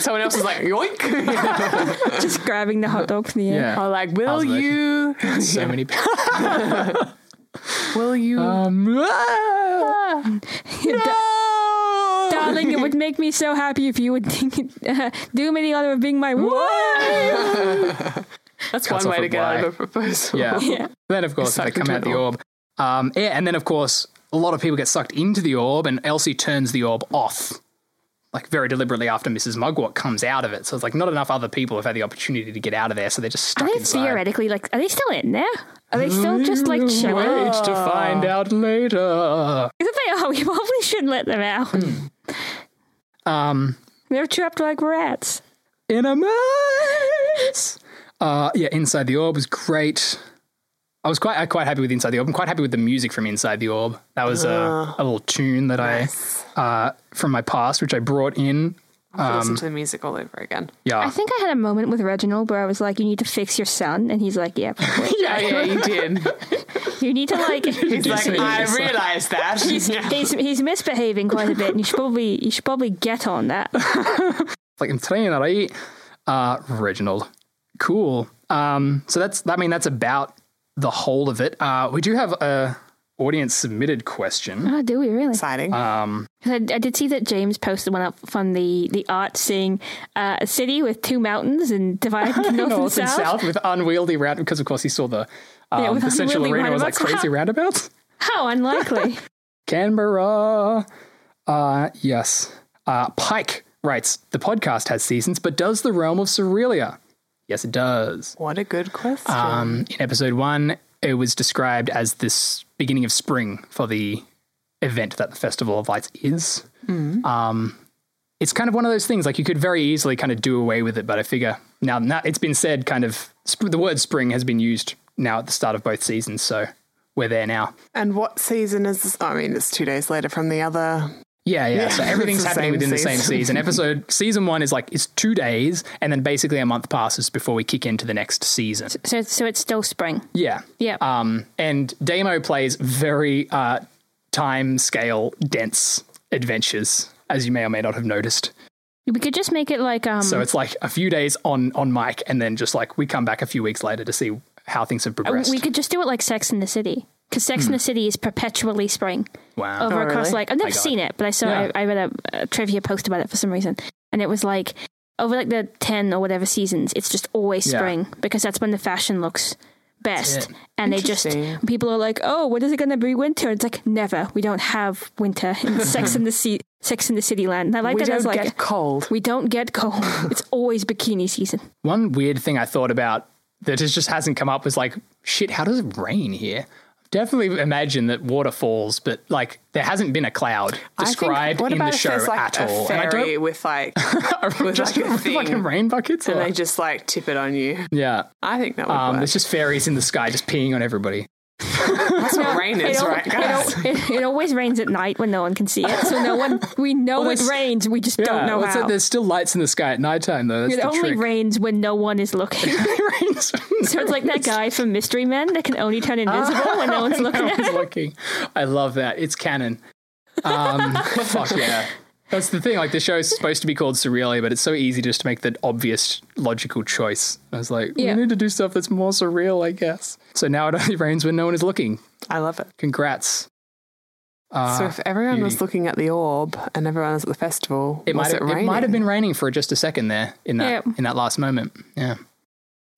Someone else is like yoink, just grabbing the hot dog from the air. Yeah. or like will How's that? you? so many people. Will you? Um, Ah. Da- Ah. darling, it would make me so happy if you would think, uh, do me the honor of being my wife. That's Cuts one off way a to get out Y. of a proposal. Yeah. Yeah. Then of course they Sucked come into out an the orb. Um, yeah, and then of course a lot of people get sucked into the orb, and Elsie turns the orb off, like very deliberately after Mrs. Mugwort comes out of it. So it's like not enough other people have had the opportunity to get out of there, so they're just Are stuck they inside. theoretically like? Are they still in there? Are they still just like chilling? Wait to find out later. If they are, we probably shouldn't let them out. Um, They're trapped like rats. in a maze. Uh, yeah, Inside the Orb was great. I was quite I quite happy with Inside the Orb. I'm quite happy with the music from Inside the Orb. That was Ah. a, a little tune that I uh, from my past, which I brought in. um, listen to the music all over again. Yeah, I think I had a moment with Reginald where I was like, "You need to fix your son," and he's like, "Yeah, probably. Yeah, yeah, you did. you need to like." He's like, say I this. realized that. He's, he's misbehaving quite a bit, and you should probably you should probably get on that. like I'm telling you that I eat uh, Reginald. Cool. Um, so that's I mean that's about the whole of it. Uh, we do have a audience submitted question. Oh, do we really? Exciting. Um, 'Cause I, I did see that James posted one up from the the art, seeing uh, a city with two mountains and divided north, north and south. with unwieldy round because of course he saw the um, Yeah, with the central unwieldy arena was like roundabouts. crazy roundabouts. How unlikely! Canberra. Uh, yes. Uh, Pike writes the podcast has seasons, but does the realm of Cerealia? Yes, it does. what a good question. Um, in episode one, it was described as this beginning of spring for the event that the Festival of Lights is. Um, it's kind of one of those things like you could very easily kind of do away with it, but I figure now, now it's been said kind of sp- the word spring has been used now at the start of both seasons, so we're there now. and what season is this? I mean, it's two days later from the other. Yeah, yeah. So Yeah. everything's It's the happening same within the same season. season. Episode season one is like it's two days, and then basically a month passes before we kick into the next season. so so it's still spring. Yeah. Yeah. Um, and Damo plays very uh, time scale dense adventures, as you may or may not have noticed. We could just make it like um. So it's like a few days on on Uh, mic, and then just like we come back a few weeks later to see how things have progressed. we could just do it like Sex in the City. because Sex Hmm. in the City is perpetually spring Wow. over Oh, across really? like I've never My God. seen it, but I saw Yeah. I, I read a, a trivia post about it for some reason, and it was like over like the ten or whatever seasons, it's just always Yeah. spring because that's when the fashion looks best, it. and they just Interesting. people are like, oh, what is it going to be winter? It's like never. We don't have winter in Sex in the Sea, Sex in the City land. And I like we that don't as like get cold. we don't get cold. it's always bikini season. One weird thing I thought about that is- just hasn't come up was like, shit, how does it rain here? Definitely imagine that water falls, but like there hasn't been a cloud I described think, what in about the if show there's like at a all. And I Fairy don't with like, with just like a with fucking thing. rain buckets. and Or, they just like tip it on you. yeah, I think that would um, work. it's just fairies in the sky just peeing on everybody. That's what rain It, is, al- right, it, guys? al- it, it always rains at night when no one can see it, so no one we know it there's- rains. We just don't Yeah, know it's how. like there's still lights in the sky at nighttime though. That's It the only trick. rains when no one is looking. It rains. So it's like that guy from Mystery Men that can only turn invisible when no one's looking I at was him. looking. I love that. It's canon. Um, but fuck yeah. That's the thing. Like the show is supposed to be called Surrealia, but it's so easy just to make the obvious logical choice. I was like, Yeah. we need to do stuff that's more surreal, I guess. So now it only rains when no one is looking. I love it. Congrats. Uh, so if everyone was beauty. looking at the orb and everyone was at the festival, it might was have, it, it, might have been raining for just a second there in that Yeah. in that last moment. Yeah.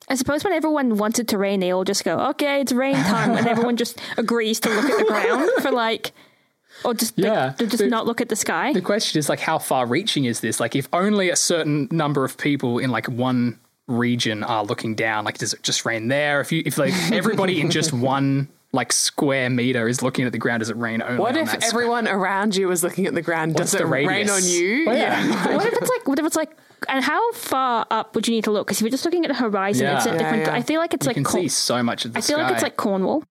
I suppose when everyone wants it to rain, they all just go, okay, it's rain time. And everyone just agrees to look at the ground for like, or just, like, Yeah. to just The- not look at the sky. The question is like how far reaching is this? Like if only a certain number of people in like one region are looking down, like does it just rain there? If you if like everybody in just one like square meter is looking at the ground, does it rain only? What on if that square- everyone around you was looking at the ground? What's Does it the rain on radius? you? Well, But what if it's like, what if it's like, and how far up would you need to look? Because if you're just looking at the horizon, it's a Yeah. Yeah, different, yeah. I feel like it's You like, can Cor- see so much of the I feel sky. Mm. like it's like Cornwall.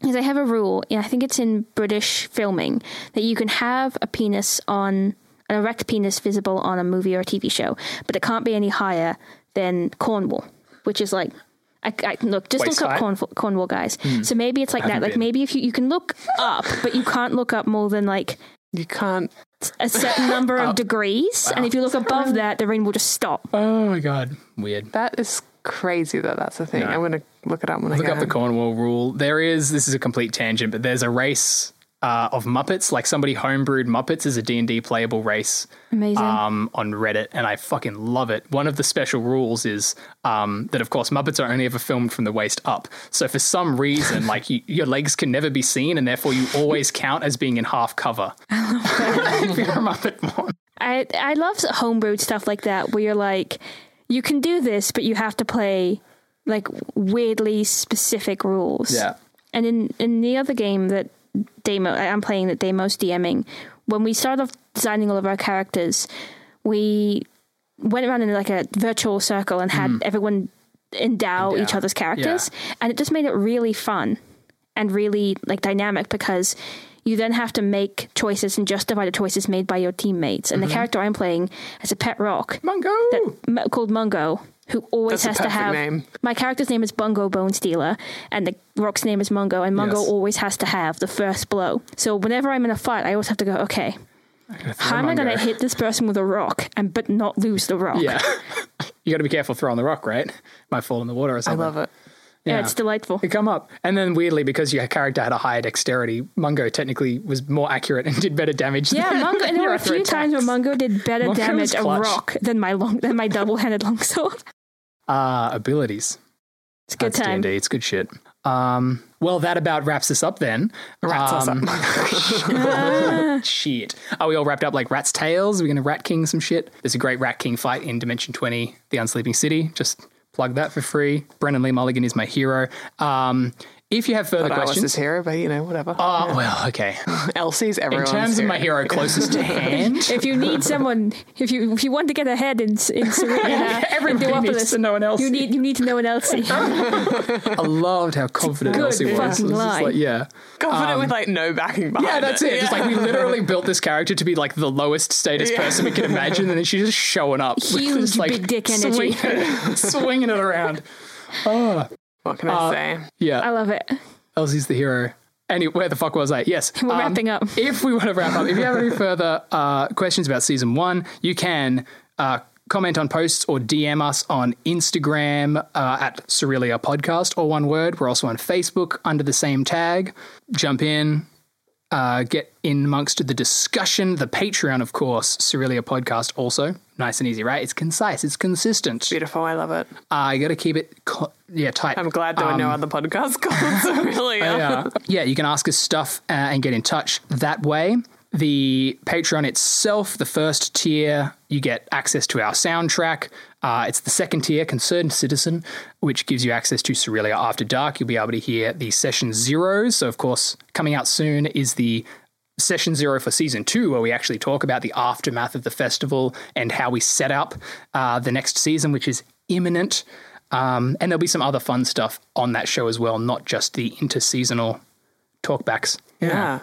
Because they have a rule, and I think it's in British filming, that you can have a penis on an erect penis visible on a movie or a TV show, but it can't be any higher than Cornwall, which is like. I, I, look, just Waist look up height? Cornwall, Cornwall guys. So maybe it's like that. Hmm. haven't Like been. maybe if you, you can look up, but you can't look up more than like You can't. a certain number of degrees. And if you look above that, the rain will just stop. oh my god, weird. That is crazy that that's a thing. I'm going to look it up when I Look get up the home. Cornwall rule. There is this is a complete tangent, but there's a race uh, of Muppets. Like somebody homebrewed Muppets is a D and D playable race. Amazing. um, on Reddit, and I fucking love it. One of the special rules is um, that, of course, Muppets are only ever filmed from the waist up. So for some reason, like you, your legs can never be seen, and therefore you always count as being in half cover. if you're a Muppet one. I I love homebrewed stuff like that where you're like, you can do this, but you have to play like weirdly specific rules. And in in the other game that Demo I'm playing that Demo's DMing, when we started off designing all of our characters, we went around in like a virtual circle and had Mm. everyone endow, each Endow. other's characters, and it just made it really fun and really like dynamic because you then have to make choices and justify the choices made by your teammates. And Mm-hmm. the character I'm playing has a pet rock Mungo. m- called Mungo, who always That's a has to perfect have name. my character's name is Bungo Bone Stealer, and the rock's name is Mungo, and Mungo Yes. always has to have the first blow. So whenever I'm in a fight, I always have to go, okay, how am I going to hit this person with a rock and but not lose the rock? Yeah. you got to be careful throwing the rock, right? Might fall in the water or I something. love it. Yeah, it's delightful. It come up. And then weirdly, because your character had a higher dexterity, Mungo technically was more accurate and did better damage. Yeah, than Mungo, and there were a other few times where attacks. Mungo did better Mungo was damage a clutch. rock than my long than my double-handed longsword. uh, abilities. It's a good That's time. D&D. It's good shit. Um, well, that about wraps us up then. Rats us Um, up. Shit. Are we all wrapped up like rat's tails? Are we going to rat king some shit? There's a great rat king fight in Dimension 20, The Unsleeping City. Just plug that for free. Brennan Lee Mulligan is my hero. Um, if you have further But I was his questions. hero, but you know, whatever. Oh, well, okay. Elsie's In everyone's terms of hero. my hero closest to hand, If you need someone, if you if you want to get ahead in in Serena, Everybody in needs Duopolis, to know an Elsie. You need you need to know an Elsie. I loved how confident Good Elsie was. It was fucking just line. like, yeah. confident with like no backing behind. Yeah, that's it. Just like we literally built this character to be like the lowest status person we can imagine, and then she's just showing up. with Huge this, like, big dick energy. swinging, swinging it around. What can I say? I Yeah, love it. Elsie's the hero. Any where the fuck was I? Yes, Um, We're wrapping up. If we want to wrap up, if you have any further uh, questions about season one, you can. Uh, comment on posts or DM us on Instagram uh, at Cerelia Podcast, all one word. We're also on Facebook under the same tag. Jump in, uh, get in amongst the discussion. The Patreon, of course, Cerelia Podcast, also nice and easy, right? It's concise, it's consistent. Beautiful. I love it. Uh, you got to keep it, co- yeah, tight. I'm glad there were no other podcasts called Cerealia. yeah. yeah, you can ask us stuff uh, and get in touch that way. The Patreon itself, the first tier, you get access to our soundtrack. Uh, it's the second tier, Concerned Citizen, which gives you access to Cerealia After Dark. You'll be able to hear the session zeros. So, of course, coming out soon is the session zero for season two, where we actually talk about the aftermath of the festival and how we set up uh, the next season, which is imminent. Um, and there'll be some other fun stuff on that show as well, not just the interseasonal talkbacks. Yeah.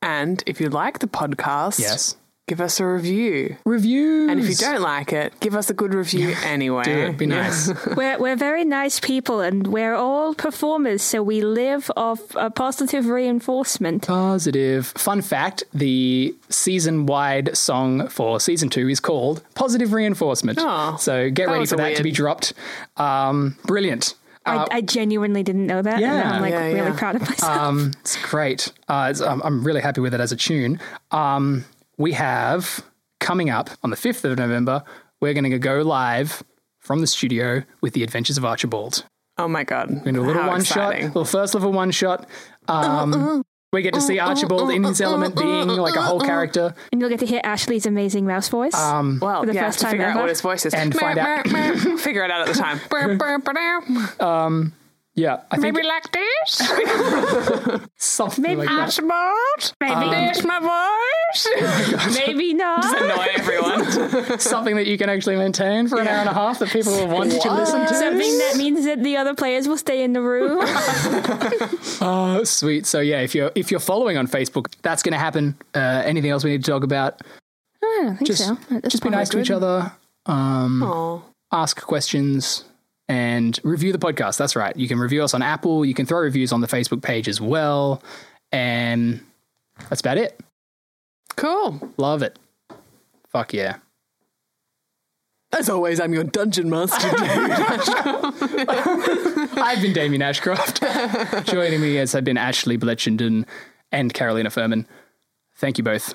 And if you like the podcast, Yes. give us a review. Reviews. And if you don't like it, give us a good review anyway. do it, be Yeah. nice. We're, we're very nice people and we're all performers, so we live off a positive reinforcement. Positive. Fun fact the season wide song for season two is called Positive Reinforcement. Oh, so get that ready was for a that to weird- be dropped. Um, brilliant. I, I genuinely didn't know that. and yeah. I'm like Yeah, really yeah. proud of myself. Um, it's great. Uh, it's, I'm, I'm really happy with it as a tune. Um, we have coming up on the 5th of November, we're going to go live from the studio with The Adventures of Archibald. Oh my God. We're going to do a little How one shot, exciting. Uh, little first level one shot. Um, we get to see Archibald in his element being like a uh, whole character. and you'll get to hear Ashley's amazing mouse voice. Well, for the yeah, first to time figure out ever. what his voice is. And find out- figure it out at the time. Brr, brr, brr, brr. Yeah, I think Maybe like this. something Maybe like that. Archibald. Maybe. There's my voice. Maybe not. Annoy everyone. something that you can actually maintain for an hour and a half that people will want to listen to. Something that means that the other players will stay in the room. Oh, sweet. So yeah, if you're if you're following on Facebook, that's going to happen. Uh, anything else we need to talk about? I don't think Just so. At this just be point, nice we're to each good. other. Um, Oh. ask questions and review the podcast. That's right. You can review us on Apple. You can throw reviews on the Facebook page as well. And that's about it. Cool. Love it. Fuck yeah. As always, I'm your dungeon master. I've been Damien Ashcroft. Joining me as I've been Ashley Bletchenden and Carolina Furman. Thank you both.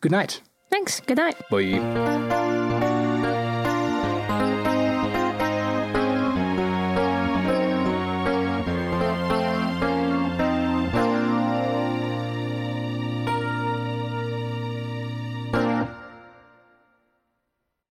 Good night. Thanks. Good night. Bye.